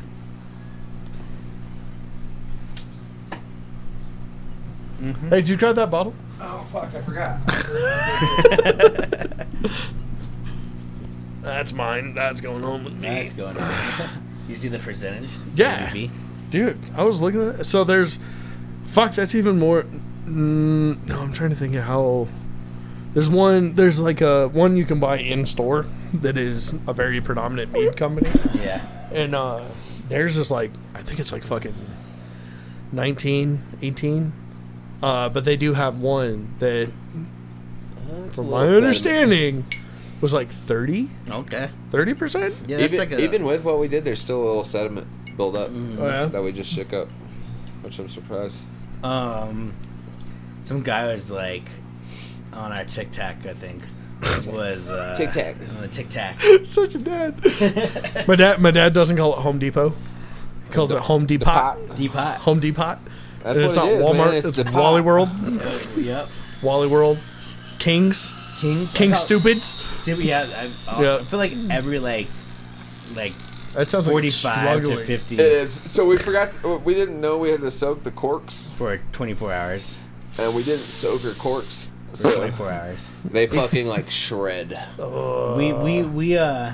S3: Hey, did you grab that bottle?
S2: Oh fuck! I forgot.
S3: That's mine. That's going home with me.
S1: Nice going. You see the percentage?
S3: Yeah.
S1: MVP?
S3: Dude, I was looking at so there's fuck. That's even more. Mm, no, I'm trying to think of how. There's one. There's like a one you can buy in store that is a very predominant mead company,
S1: Yeah.
S3: and uh, theirs is like I think it's like fucking 19, 18, Uh, but they do have one that,
S2: Uh, it's a little
S3: from my
S2: sad.
S3: understanding, was like 30,
S1: Okay.
S3: 30 percent.
S1: Yeah, that's
S2: even,
S1: like a,
S2: even with what we did, there's still a little sediment build up
S3: Oh, yeah?
S2: that we just shook up, which I'm surprised.
S1: um, some guy was like on our TikTok, I think. Was uh,
S2: Tic Tac.
S1: on the TikTok.
S3: Such a dad. my dad, my dad doesn't call it Home Depot. He calls it Home Depot.
S1: Depot.
S3: Home Depot.
S2: That's
S3: And it's
S2: what
S3: not
S2: it is,
S3: Walmart.
S2: man. It's
S3: It's,
S2: the pot.
S3: Wally World.
S1: yep.
S3: Wally World. Kings.
S1: King.
S3: King
S1: Oh,
S3: Stupids.
S1: dude, Yeah, I, I
S3: Yeah.
S1: feel like every like like
S3: That sounds like it's
S1: forty-five to
S3: struggling.
S1: fifty
S2: It is. So we forgot. we didn't know we had to soak the corks,
S1: for twenty-four hours.
S2: and we didn't soak her corks.
S1: For
S2: So
S1: twenty-four hours.
S2: they fucking like shred.
S1: we we we uh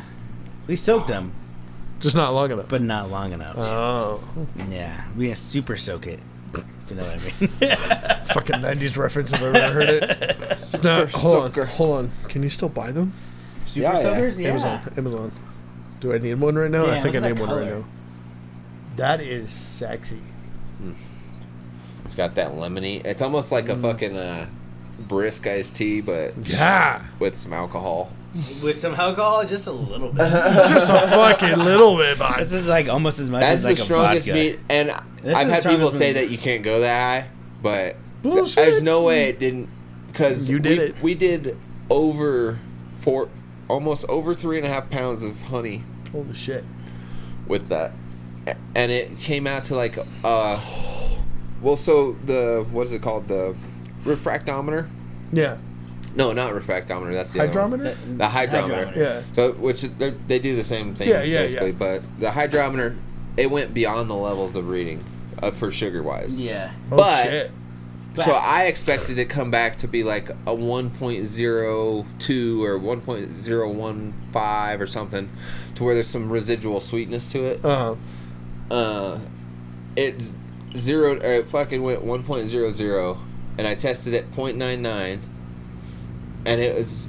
S1: we soaked them,
S3: Just not long enough.
S1: but not long enough.
S3: oh,
S1: yeah, we had super soak it. You know what I mean?
S3: fucking nineties reference if I've ever heard it. It's not.
S2: Super
S3: Hold
S2: soaker.
S3: on. Hold on. Can you still buy them?
S1: Super
S2: Yeah, yeah.
S1: soakers, yeah.
S3: Amazon. Amazon. Do I need one right now?
S1: Yeah,
S3: I think I
S1: look at
S3: need
S1: that
S3: one right
S1: color.
S3: now. That is sexy.
S2: It's got that lemony. It's almost like a fucking uh, brisk iced tea, but
S3: Yeah.
S2: with some alcohol.
S1: With some alcohol, just a little bit.
S3: Just a fucking little
S1: this
S3: bit, but
S1: is like almost as much as
S2: That's
S1: like
S2: the
S1: a
S2: strongest
S1: vodka.
S2: meat, and
S1: That's
S2: I've
S1: the
S2: had people
S1: strongest
S2: say
S1: meat.
S2: that you can't go that high, but th-
S3: Bullshit.
S2: there's no way it didn't because
S3: You did
S2: we,
S3: it.
S2: We did over four, almost over three and a half pounds of honey
S3: holy shit.
S2: with that, A- and it came out to like uh, well, so the what is it called the refractometer?
S3: Yeah.
S2: No, not refractometer. That's the other one.
S3: Hydrometer.
S2: The hydrometer.
S1: Hydrometer.
S3: Yeah.
S2: So, which is- they're- they do the same thing
S3: Yeah, yeah,
S2: basically,
S3: yeah.
S2: but the hydrometer it went beyond the levels of reading uh, for sugar wise.
S1: Yeah.
S3: Oh
S2: But-
S3: shit.
S2: So I expected it to come back to be like a 1.02 or 1.015 or something, to where there's some residual sweetness to it.
S3: Uh,
S2: Uh, it zeroed. Or it fucking went 1.00, and I tested it 0.99, and it was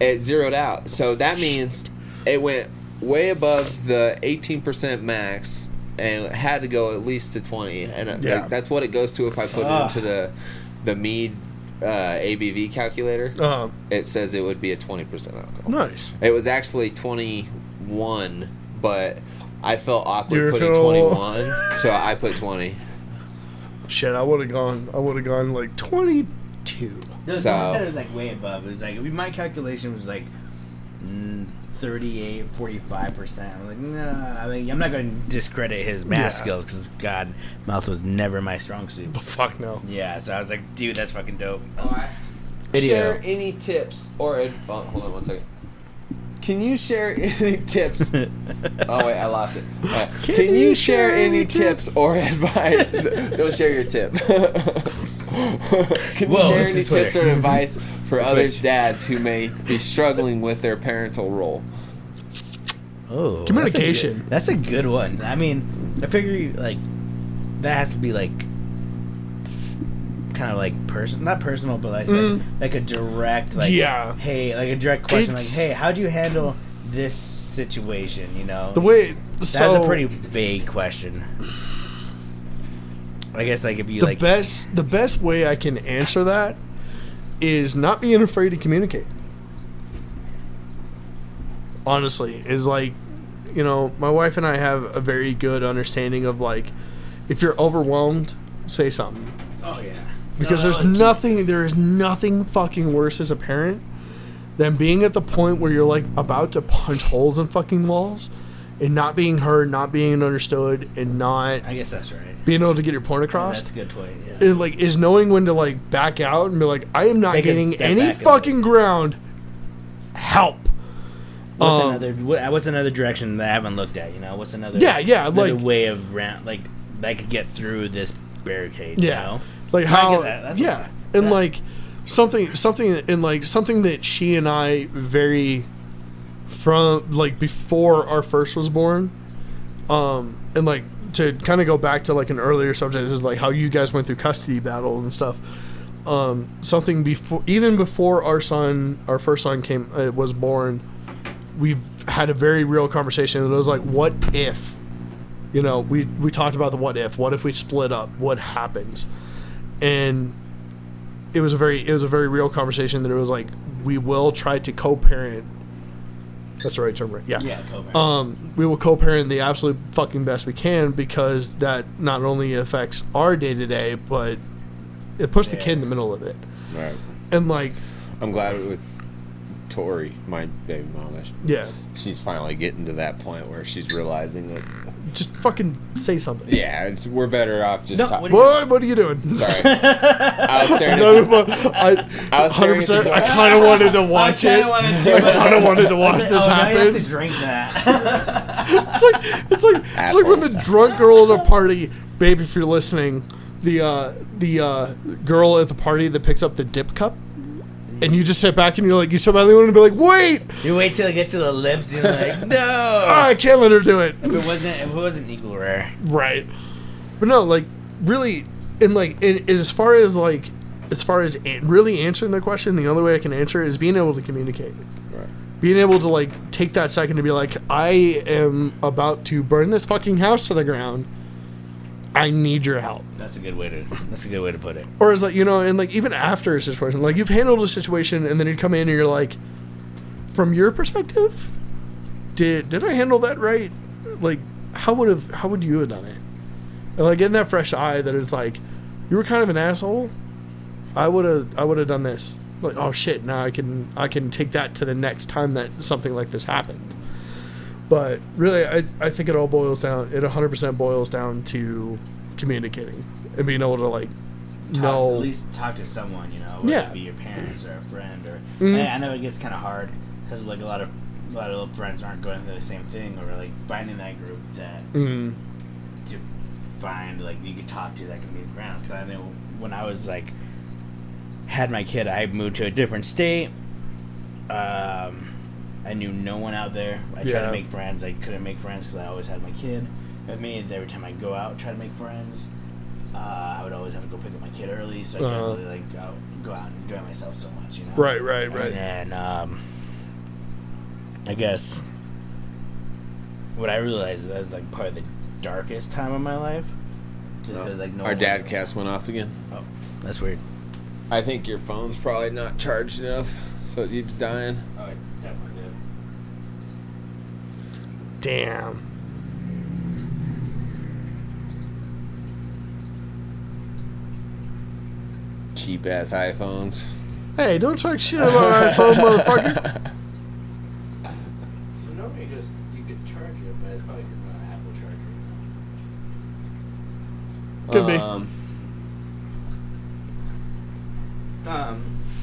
S2: it zeroed out. So that means it went way above the 18% max and it had to go at least to 20. And uh, like,
S3: Yeah.
S2: that's what it goes to if I put
S1: Ah.
S2: it into the the mead uh, ABV calculator.
S3: uh,
S2: It says it would be a 20% alcohol.
S3: nice.
S2: It was actually 21, but I felt awkward
S3: You're
S2: putting
S3: so-
S2: 21, so I put 20.
S3: Shit, I would have gone. I would have gone like twenty-two.
S1: No,
S2: So-
S1: someone said it was like way above. It was like my calculation was like mm, 38, 45 percent. I'm like, nah. I mean, I'm not going to discredit his math
S3: Yeah.
S1: skills 'cause skills because God, mouth was never my strong suit.
S3: The fuck no.
S1: Yeah, so I was like, dude, that's fucking dope. Video.
S2: Share any tips or ad- oh, hold on one second. Can you share any tips Oh wait, I lost it. Uh, can, you share, any tips, or advice? Don't share your tip. can
S1: Whoa,
S2: you share
S1: this
S2: any
S1: is Twitter.
S2: tips or advice for other
S1: Twitch.
S2: dads who may be struggling with their parental role?
S1: Oh,
S3: Communication.
S1: That's a, good, that's a good one. I mean, I figure like that has to be like kind of like person, not personal, but like
S3: Mm.
S1: like, like a direct, like
S3: Yeah.
S1: hey, like a direct question,
S3: It's-
S1: like hey, how do you handle this situation? You know,
S3: The way.
S1: that's
S3: so,
S1: a pretty vague question. I guess like if you
S3: the
S1: like
S3: best the best way I can answer that is not being afraid to communicate. Honestly, is like you know, my wife and I have a very good understanding of like if you're overwhelmed, say something
S1: oh yeah,
S3: because there's nothing there is nothing fucking worse as a parent than being at the point where you're like about to punch holes in fucking walls and not being heard, not being understood and not
S1: I guess that's right.
S3: being able to get your point across
S1: That's a good point. Yeah.
S3: is like is knowing when to like back out and be like, I am not
S1: Take a
S3: getting
S1: step
S3: any
S1: back and-
S3: fucking ground. Help.
S1: What's
S3: Um,
S1: another what, what's another direction that I haven't looked at? You know, what's another
S3: Yeah, yeah,
S1: another
S3: like-
S1: way of round like that I could get through this barricade.
S3: Yeah.
S1: you know?
S3: Like
S1: get
S3: how?
S1: that, that's
S3: yeah,
S1: a-
S3: and
S1: that-
S3: like something, something, and like something that she and I very from like before our first was born, um, and like to kind of go back to like an earlier subject is like how you guys went through custody battles and stuff. Um, something before, even before our son, our first son came uh, was born, we've had a very real conversation. It was like, what if? You know, we we talked about the what if. What if we split up? What happens? and it was a very it was a very real conversation that it was like we will try to co-parent. That's the right term, right? Yeah.
S1: Yeah, Cobra.
S3: Um, we will co-parent the absolute fucking best we can because that not only affects our day to day, but it puts the kid in the middle of it.
S2: Right.
S3: And like,
S2: I'm glad with Tori, my baby mama.
S3: yeah,
S2: She's finally getting to that point where she's realizing that,
S3: just fucking say something.
S2: yeah, it's, we're better off just.
S1: No,
S2: talk-
S1: what do you-
S3: What? What are you doing?
S2: Sorry. I was staring
S3: No,
S2: at
S3: no, but I,
S2: I was staring at
S3: 100%.
S2: the
S3: I
S2: door.
S3: kind of wanted to watch
S1: I
S3: it.
S1: kinda wanted to.
S3: I kind of wanted to watch this
S1: oh, now you have to
S3: happen.
S1: drink that.
S3: It's like it's like it's like when the
S2: Assholes.
S3: drunk girl at a party, babe. If you're listening, the uh, the uh, girl at the party that picks up the dip cup, and you just sit back and you're like, you so badly want to be like, wait,
S1: you wait till it gets to the lips. You're like, no.
S3: I can't let her do it.
S1: If it wasn't, if it wasn't equal rare.
S3: Right. But no, like really, and like and, and as far as like as far as an- really answering the question, the only way I can answer is being able to communicate.
S2: Right.
S3: Being able to like take that second to be like, I am about to burn this fucking house to the ground. I need your help.
S1: That's a good way to. That's a good way to put it.
S3: Or is like you know, and like even after a situation, like you've handled a situation, and then you come in and you're like, from your perspective, did did I handle that right? Like, how would have how would you have done it? And like in that fresh eye that is like, you were kind of an asshole. I would have I would have done this. Like, oh shit, now I can I can take that to the next time that something like this happened. But really, I, I think it all boils down. It 100% boils down to communicating and being able to like
S1: Talk,
S3: know
S1: At least talk to someone, you know, whether
S3: Yeah.
S1: it be your parents or a friend or.
S3: Mhm.
S1: I, I know it gets kind of hard because like a lot of a lot of friends aren't going through the same thing or like finding that group that
S3: Mm.
S1: to find like you could talk to that can be grounds. Because I know when I was like had my kid, I moved to a different state. Um, I knew no one out there. I tried
S3: Yeah.
S1: to make friends. I couldn't make friends because I always had my kid with me. And Every time I go out, try to make friends. Uh, I would always have to go pick up my kid early, so I couldn't
S3: Uh-huh.
S1: really like go, go out and enjoy myself so much, you know.
S3: Right, right, right.
S1: And then, um, I guess what I realized that was like probably the darkest time of my life. Just
S2: No.
S1: 'cause, like no
S2: Oh. Our
S1: one-
S2: dad cast went off again.
S1: Oh, that's weird.
S2: I think your phone's probably not charged enough, so it keeps dying.
S1: Oh, it's definitely good.
S3: Damn.
S2: Cheap ass iPhones.
S3: Hey, don't talk shit about iPhone, motherfucker.
S1: So normally just you could charge it, but it's probably because it's not an Apple charger.
S3: Could be.
S1: Um,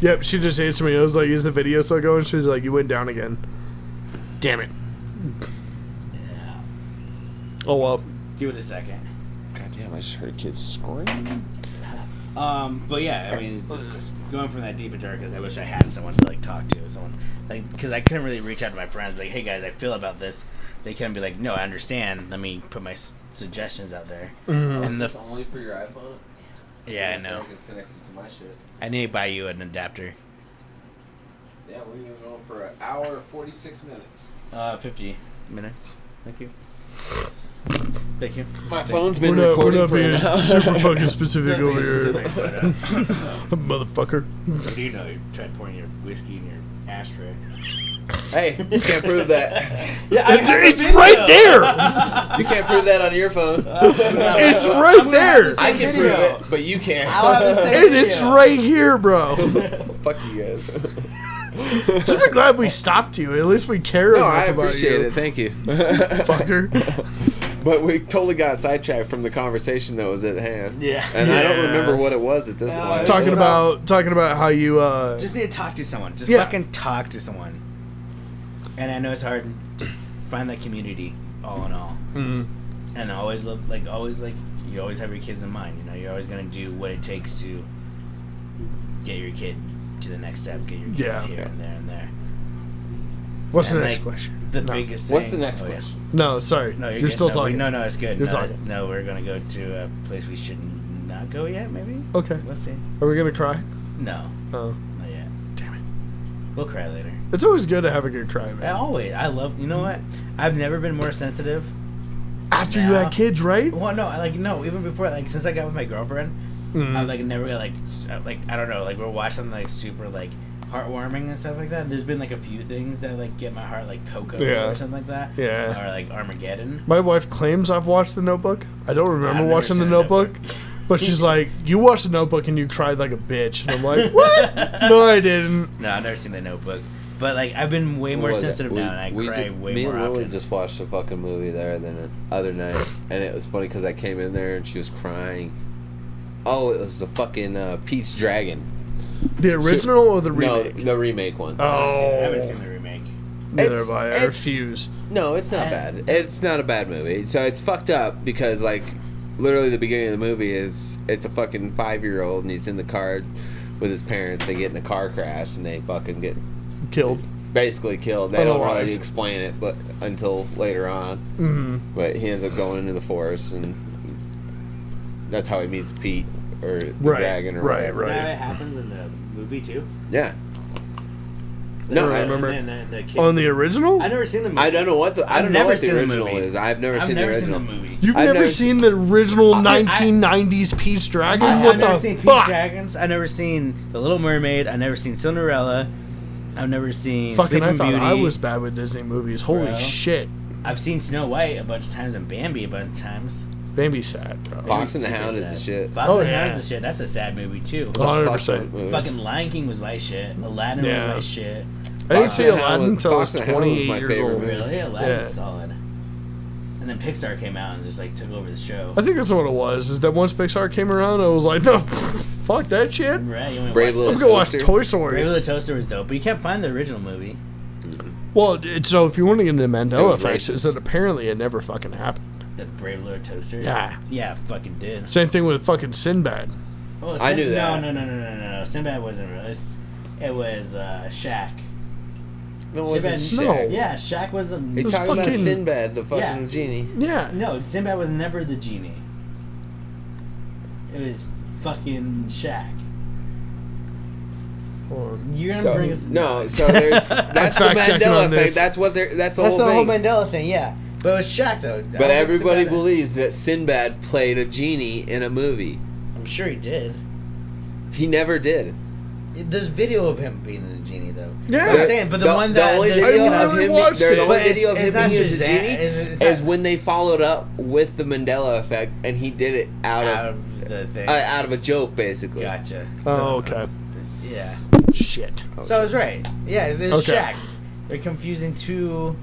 S3: Yep, she just answered me. I was like, "Is the video still going?" She was like, "You went down again." Damn it.
S1: yeah.
S3: Oh well.
S1: Give it a second.
S2: God damn, I just heard kids scream.
S1: Um, but yeah, I mean, just going from that deep and dark, 'cause I wish I had someone to like talk to, someone like because I couldn't really reach out to my friends, like, hey guys, I feel about this. They couldn't be like, no, I understand. Let me put my s- suggestions out there.
S3: Mm-hmm.
S1: And the f-
S2: only for your iPhone.
S1: yeah, I know.
S2: Connected to my shit.
S1: I need to buy you an adapter.
S2: Yeah, we've been going for an hour and forty six minutes.
S1: Uh, fifty minutes. Thank you. Thank you.
S2: My phone's
S3: We're
S2: been
S3: not, we're
S2: recording
S3: not
S2: for an
S3: being
S2: hour.
S3: super fucking specific
S1: Nothing
S3: over here,
S1: specific, but, uh,
S3: motherfucker.
S1: do you know you tried pouring your whiskey in your ashtray?
S2: hey, you can't prove that.
S1: Yeah,
S3: It's right there.
S2: You can't prove that on your phone.
S3: It's right there.
S2: I can prove it, but you can't.
S3: And it's right here, bro.
S2: Fuck you guys.
S3: Just be glad we stopped you. At least we care
S2: No,
S3: enough
S2: I
S3: about
S2: appreciate
S3: you,
S2: it. Thank you.
S3: fucker.
S2: But we totally got sidetracked from the conversation that was at hand.
S1: Yeah. Uh,
S2: And I don't
S3: Yeah.
S2: remember what it was at this
S1: No,
S2: point.
S1: it's-
S3: talking about talking about how you uh,
S1: Just need to talk to someone. Just
S3: Yeah.
S1: fucking talk to someone. And I know it's hard. Just find that community, all in all.
S3: mm,
S1: And always look like always like you always have your kids in mind. You know, you're always gonna do what it takes to get your kid to the next step. Get your kid
S3: Yeah.
S1: here and there and there.
S3: what's the
S1: And,
S3: next
S1: like,
S3: question?
S1: The
S3: no.
S1: biggest. Thing.
S2: What's the next
S1: oh, yeah.
S2: question?
S3: No, sorry.
S1: No,
S3: No,
S1: you're,
S3: you're,
S1: good.
S3: still
S1: no, we-
S3: talking.
S1: No, no, it's good.
S3: You're
S1: no,
S3: talking.
S1: it's- No, we're gonna go to a place we should not go yet. Maybe.
S3: Okay.
S1: We'll see.
S3: Are we gonna cry?
S1: No,
S3: Oh,
S1: not yet.
S3: damn it.
S1: We'll cry later.
S3: It's always good to have a good cry,
S1: I
S3: man.
S1: always. I love. You know what? I've never been more sensitive
S3: After you
S1: Yeah.
S3: had kids, right?
S1: Well, no, I like no. Even before, like since I got with my girlfriend,
S3: Mm-hmm.
S1: I like never like s- uh, like I don't know like we're watching like super like heartwarming and stuff like that. There's been like a few things that like get my heart like Coco
S3: Yeah.
S1: or something like that.
S3: Yeah.
S1: Or like Armageddon.
S3: My wife claims I've watched The Notebook. I don't remember
S1: never
S3: watching The
S1: seen The
S3: Notebook, but she's like, "You watched The Notebook and you cried like a bitch." And I'm like, "What? no, I didn't."
S1: No, I've never seen The Notebook, but like I've been way more
S2: was it?
S1: sensitive
S2: We-
S1: now, and I
S2: we
S1: cry
S2: ju-
S1: way
S2: me
S1: more
S2: and Lily
S1: often.
S2: just watched a fucking movie there the n- other night, and it was funny because I came in there and she was crying. Oh, it was the fucking uh, Pete's Dragon.
S3: The original or the remake?
S2: No, the remake one.
S1: I
S3: oh,
S1: haven't seen the remake.
S3: neither
S2: It's-
S3: have I. I
S2: it's-
S3: refuse.
S2: No, it's not
S1: I-
S2: bad. It's not a bad movie. So it's fucked up because like literally the beginning of the movie is it's a fucking five year old and he's in the car with his parents. They get in a car crash and they fucking get
S3: Killed.
S2: basically killed. They don't
S3: Otherwise-
S2: really explain it, but until later on.
S3: Mm.
S1: Mm-hmm.
S2: But he ends up going into the forest and that's how he meets Pete or the
S3: Right,
S2: dragon or
S3: right,
S2: whatever.
S1: Is that
S3: Right.
S1: how it happens in the movie too?
S2: Yeah. No,
S1: The-
S2: I
S3: remember.
S1: and then the- the kid-
S3: On the original?
S1: I've never seen the movie.
S2: I don't know what the I
S1: I've
S2: don't know
S1: never
S2: what the
S1: seen the
S2: original
S1: movie.
S2: is. I've never
S1: I've
S2: seen
S1: never
S2: the
S1: seen
S2: original.
S1: the movie.
S3: You've
S2: I've
S3: never,
S2: never
S3: seen the original
S1: I- I-
S3: 1990s Pete's Dragon?
S1: I,
S3: what
S1: I've never
S3: the
S1: seen
S3: fuck?
S1: Peter Dragons. I've never seen The Little Mermaid. I've never seen Cinderella. I've never seen
S3: Fucking, I
S1: Sleeping
S3: thought
S1: Beauty.
S3: I was bad with Disney movies. Holy
S1: Bro.
S3: shit.
S1: I've seen Snow White a bunch of times and Bambi a bunch of times.
S3: Baby sad, bro.
S2: Fox and the
S1: Super
S2: Hound is the
S1: sad.
S2: shit.
S1: Fox
S3: Oh,
S1: and the
S3: yeah.
S1: Hound is the shit. That's a sad movie too.
S2: What the fuck
S3: 100%.
S2: movie?
S1: Fucking Lion King was my shit. Aladdin was
S3: Yeah.
S1: my shit.
S3: I didn't
S2: Fox
S3: see
S2: and the
S3: Aladdin
S2: Hound-
S3: until I was
S2: Fox and the Hound was
S3: 28
S2: my
S3: years
S2: favorite
S3: old.
S2: movie.
S1: Really, Aladdin's
S3: Yeah.
S1: solid. And then Pixar came out and just like took over the show.
S3: I think that's what it was. Is that once Pixar came around, I was like, no, fuck that shit. I'm
S1: Right? You wanna
S2: Brave
S1: watch
S2: Little-
S1: that?
S3: gonna watch
S2: Toaster.
S3: Toy
S1: Brave
S3: Story.
S1: Little Toaster was dope, but you can't find the original movie.
S3: Well, it, so if you want to get into Mandela
S2: It was
S3: effects,
S2: racist.
S3: is that apparently it never fucking happened.
S1: The Brave Little Toaster.
S3: Yeah.
S1: Yeah, it fucking did.
S3: Same thing with fucking Sinbad.
S1: Oh,
S2: I knew that.
S1: No, no, no, no, no, no, no. Sinbad wasn't real. It's, it was uh, Shaq.
S2: No, it wasn't
S1: Shit,
S2: shit.
S3: no.
S1: Yeah, Shaq was the.
S2: He's
S3: It's
S2: talking about
S3: fucking-
S2: Sinbad, the fucking
S1: Yeah.
S2: genie.
S3: Yeah.
S1: No, Sinbad was never the genie. It was fucking Shaq.
S3: Or-
S1: You're gonna
S2: So
S1: bring us.
S2: no, so there's that's the
S3: fact-checking
S2: Mandela
S3: on
S2: effect.
S3: this.
S2: That's what they're. That's the
S1: That's
S2: whole
S1: the whole
S2: thing.
S1: Mandela thing, yeah. But it was Shaq though. I don't
S2: but
S1: think
S2: everybody
S1: Sinbad-
S2: believes that Sinbad played a genie in a movie.
S1: I'm sure he did.
S2: He never did.
S1: There's video of him being the genie though.
S3: Yeah.
S1: I'm saying, but the, one that
S2: only
S1: that-
S2: video
S1: you know,
S2: of
S3: really
S2: him,
S3: watched
S2: they're
S3: it.
S2: the
S1: But
S2: only
S1: it's-
S2: video of
S1: it's
S2: him
S1: not
S2: being as a
S1: Shazam,
S2: genie
S1: it's- it's
S2: is
S1: not-
S2: when they followed up with the Mandela effect, and he did it out,
S1: out
S2: of
S1: of the thing.
S2: uh, out of a joke, basically.
S1: gotcha. So,
S3: Oh, okay.
S1: Yeah.
S3: Shit.
S2: Oh,
S1: So I was right. Yeah, it's, it's
S3: Okay.
S1: Shaq. They're confusing two.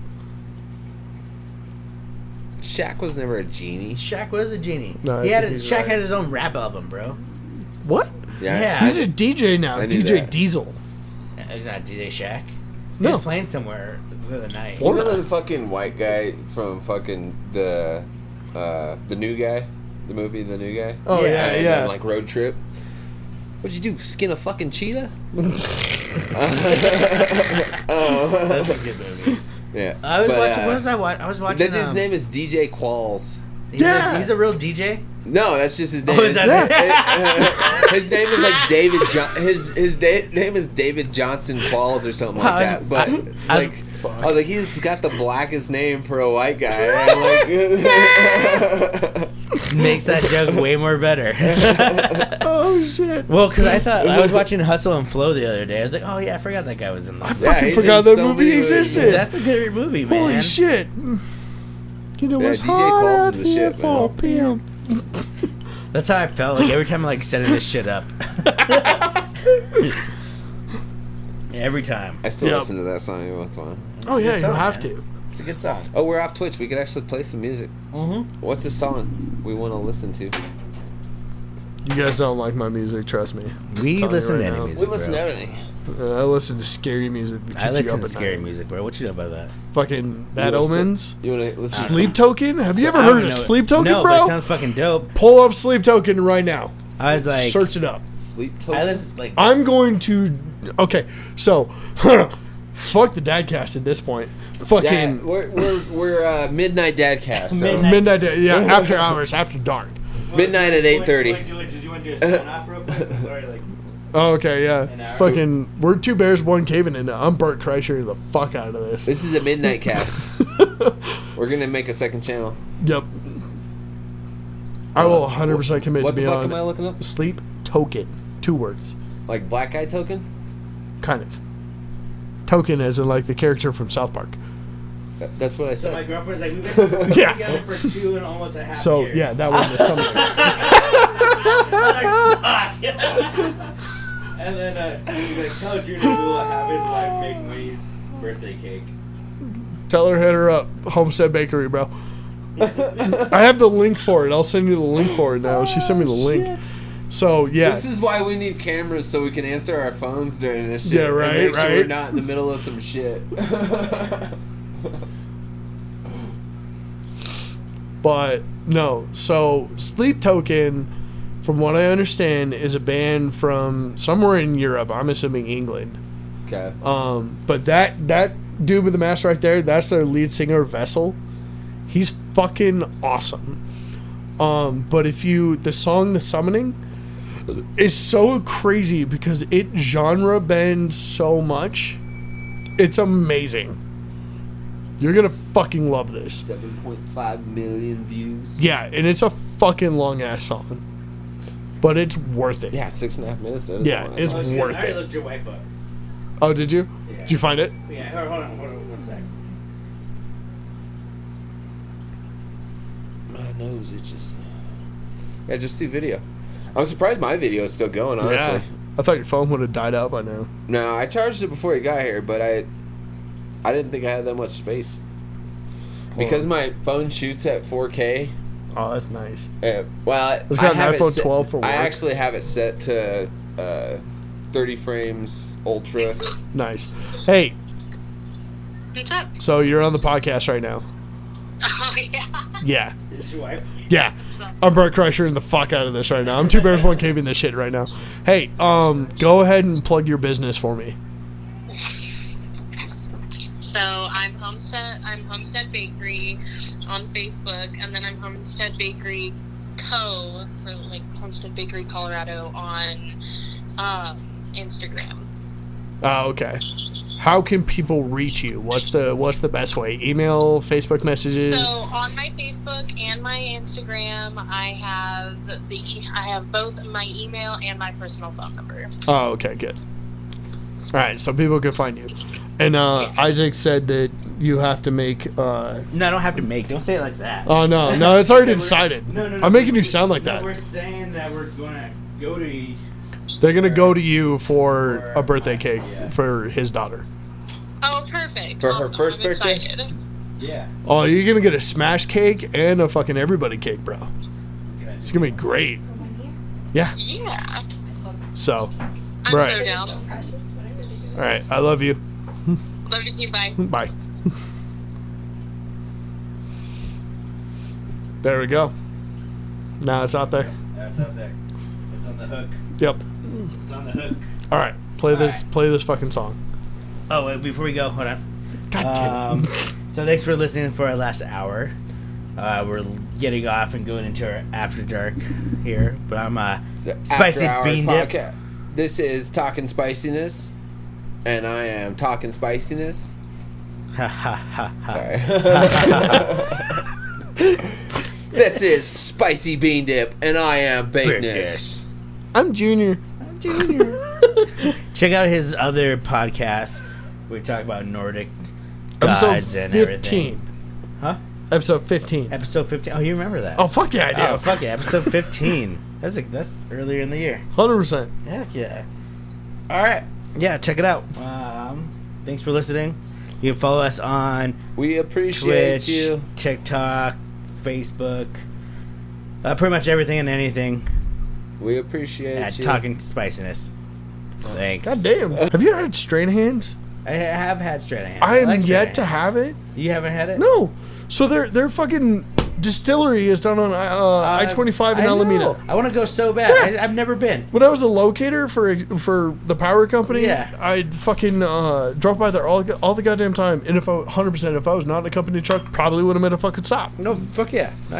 S2: Shaq was never a genie.
S1: Shaq was a genie.
S3: No, I
S1: he had a,
S3: think he's
S1: Shaq
S3: right.
S1: had his own rap album, bro.
S3: What?
S1: Yeah.
S3: He's a DJ now.
S2: I knew
S3: DJ
S2: that.
S3: Diesel.
S1: It's not DJ Shaq. He
S3: No.
S1: was playing somewhere the other night.
S3: Florida.
S2: Remember the fucking white guy from fucking the uh, the new guy, the movie, the new guy.
S3: Oh,
S1: Yeah,
S3: yeah,
S2: and
S3: yeah.
S2: then, like road trip. What'd you do? Skin a fucking cheetah?
S1: That's
S2: oh,
S1: a good movie.
S2: yeah.
S1: I was
S2: But,
S1: watching.
S2: uh,
S1: what was I watching? I was watching.
S2: That dude's
S1: um,
S2: name is DJ Qualls.
S1: He's,
S3: Yeah.
S1: a, he's a real DJ.
S2: No, that's just his name.
S1: Oh, is that-
S2: His- his name is like David. Jo- his his da- name is David Johnson Qualls or something
S1: Wow,
S2: like that. But
S1: I-
S2: it's
S1: I-
S2: like I was like, he's got the blackest name for a white guy. I'm like-
S1: Makes that joke way more better.
S3: Oh, shit.
S1: well, because I thought I was watching Hustle and Flow the other day. I was like, oh yeah, I forgot that guy was in that.
S2: Yeah,
S3: fucking
S2: he's
S3: forgot
S2: in
S3: that
S2: so
S3: movie
S2: many movies.
S3: existed.
S1: That's a good movie, man.
S3: Holy shit. You know
S2: Yeah,
S3: what's
S2: DJ
S3: hot
S2: Qualls
S3: out
S2: is the
S3: here
S2: shit,
S3: for a
S2: man.
S3: pimp.
S1: That's how I felt like every time I like setting this shit up. every time.
S2: I still
S3: Yep.
S2: listen to that song every once in a while.
S3: Oh, yeah,
S1: good
S3: you
S1: song,
S3: have
S1: man.
S3: to.
S1: It's a good song.
S2: Oh, we're off Twitch. We could actually play some music.
S1: Mm-hmm.
S2: What's the song we want to listen to?
S3: You guys don't like my music, trust me.
S1: We
S3: Tell you
S1: listen
S3: right
S1: to any
S3: now.
S1: music.
S2: We listen to
S1: bro.
S2: everything.
S3: Uh, I listen to scary music that keeps
S1: I
S3: you
S1: listen
S3: up
S1: to
S3: at
S1: scary
S3: night.
S1: music, bro. What you know about that?
S3: Fucking Bad
S2: You wanna sit-
S3: Omens.
S2: You want to listen?
S3: Sleep Token? Have you ever
S1: I
S3: heard
S1: don't
S3: of
S1: know.
S3: Sleep Token,
S1: no, But
S3: bro?
S1: it sounds fucking dope.
S3: Pull up Sleep Token right now.
S1: I was like,
S3: Search it up.
S2: Sleep
S1: I
S2: Token.
S1: listen, like
S3: I'm going to. Okay, so. fuck the dadcast at this point. Fucking.
S2: Yeah, we're we're, we're uh, midnight dadcast. So midnight.
S1: Midnight.
S3: Midnight, yeah, after hours, after dark.
S2: at eight thirty.
S1: Did you want to do a sign off real quick? Sorry, like.
S3: Oh, okay,
S1: An
S3: yeah.
S1: hour.
S3: Fucking, we're two bears, one cave, and I'm Bert Kreischer the fuck out of this.
S2: This is a midnight cast. We're gonna make a second channel.
S3: Yep. I will 100% commit
S2: What
S3: to
S2: the
S3: be
S2: fuck
S3: on
S2: am I looking up?
S3: sleep token. Two words.
S2: Like black eye token?
S3: Kind of. Token as in like the character from South Park.
S2: Th- That's what I
S1: So my
S2: said.
S1: girlfriend's like, we've been
S3: Yeah.
S1: together for two and almost a half
S3: So
S1: years.
S3: yeah, that was the summary.
S1: Like, fuck. and then uh, so he's like, tell Junior we'll have his wife make Winnie's birthday cake.
S3: Tell her hit her up. Homestead Bakery, bro. I have the link for it. I'll send you the link for it now. She sent me the link. So yeah,
S2: This is why we need cameras so we can answer our phones during this shit.
S3: Yeah,
S2: and
S3: right,
S2: make Sure we're
S3: right.
S2: not in the middle of some shit.
S3: but no. So Sleep Token, from what I understand, is a band from somewhere in Europe. I'm assuming England.
S2: okay.
S3: Um, but that that dude with the mask right there, that's their lead singer Vessel. He's fucking awesome. Um, but if you the song The Summoning is so crazy because it genre bends so much. It's amazing. You're gonna fucking love this.
S2: 7.5 million views.
S3: Yeah, and it's a fucking long ass song. But it's worth it.
S2: Yeah, six and a half minutes. that is
S3: Yeah,
S2: a lot.
S3: it's-
S1: Oh, she
S3: worth
S1: I already
S3: it.
S1: looked your wife up.
S3: Oh, did you?
S1: Yeah.
S3: Did you find it?
S1: Yeah, hold hold on, hold on one sec.
S2: My nose itches. Yeah, just do video. I'm surprised my video is still going, honestly.
S3: Yeah. I thought your phone would have died out by now.
S2: No, I charged it before you got here, but I I didn't think I had that much space. Because my phone shoots at 4K.
S3: Oh, that's nice.
S2: Uh, well,
S3: It's
S2: I
S3: got an
S2: have it
S3: iPhone
S2: set-
S3: 12 for
S2: I
S3: work.
S2: actually have it set to uh, 30 frames ultra.
S3: Nice. Hey,
S5: What's up?
S3: so you're on the podcast right now.
S5: Oh, yeah.
S3: Yeah.
S1: Is this your wife?
S3: Yeah. I'm Brett Kreischer the fuck out of this right now. I'm two bears, one cave in this shit right now. Hey, um, go ahead and plug your business for me.
S5: So I'm Homestead. I'm Homestead Bakery on Facebook, and then I'm Homestead Bakery Co. for like Homestead Bakery Colorado on um, Instagram.
S3: Oh, okay. How can people reach you? What's the what's the best way? Email, Facebook messages?
S5: So on my Facebook and my Instagram, I have the e- I have both my email and my personal phone number.
S3: Oh, okay, good. All right, so people can find you. And uh, Isaac said that you have to make. Uh,
S1: No, I don't have to make. Don't say it like that.
S3: oh no, no, it's already
S1: We're-
S3: decided.
S1: No, no, no.
S3: I'm making you
S1: we-
S3: sound like
S1: no,
S3: that.
S1: We're saying that we're gonna go to.
S3: They're gonna go to you for
S1: For
S3: a birthday
S1: my-
S3: cake
S1: yeah.
S3: for his daughter.
S5: Oh, perfect!
S2: For her
S5: Awesome.
S2: first
S5: I'm
S2: birthday?
S5: Excited.
S1: Yeah.
S3: Oh, you're gonna get a smash cake and a fucking everybody cake, bro. It's gonna be great. Yeah.
S5: Yeah,
S3: So,
S5: I'm so
S3: right.
S5: down.
S3: All right. I love you.
S5: Love to see you. Bye.
S3: Bye. There we go. No, it's not there.
S1: That's out there. It's on the hook.
S3: Yep.
S1: It's on the hook.
S3: All right. Play
S1: All
S3: this.
S1: right.
S3: Play this fucking song.
S1: Oh, wait, before we go, hold on.
S3: God
S1: Um,
S3: damn.
S1: so thanks for listening for our last hour. Uh, we're getting off and going into our after dark here, but I'm uh,
S2: It's an
S1: Spicy
S2: after hours
S1: bean dip.
S2: podcast. This is Talking Spiciness, and I am Talking Spiciness.
S1: ha ha ha
S3: Ah.
S1: ha.
S2: Sorry. this is Spicy Bean Dip, and I am Bakeness.
S3: I'm Junior.
S1: Check out his other podcast. We talk about Nordic
S3: Episode
S1: gods and everything.
S3: fifteen.
S1: Huh?
S3: Episode fifteen.
S1: Episode 15. Oh, you remember that?
S3: Oh fuck yeah, I do.
S1: Oh, fuck it. Episode 15. That's like, that's earlier in the year.
S3: Hundred percent.
S1: Heck yeah. All right. Yeah, check it out. Um, thanks for listening. You can follow us on
S2: We appreciate
S1: Twitch,
S2: you.
S1: TikTok, Facebook, uh, pretty much everything and anything
S2: We appreciate
S1: at
S2: you.
S1: Talking Spiciness. Thanks.
S3: God damn. Have you ever had strain hands?
S1: I have had straight hands.
S3: I am
S1: like straight
S3: yet to
S1: hands.
S3: have it.
S1: You haven't had it?
S3: No. So their their fucking distillery is down on uh, I twenty five in
S1: I know.
S3: Alameda.
S1: I want to go so bad. I, I've never been.
S3: When I was a locator for for the power company,
S1: Yeah.
S3: I fucking uh, drove by there all all the goddamn time. And if I hundred percent, if I was not in a company truck, probably would have made a fucking stop.
S1: No, fuck yeah. I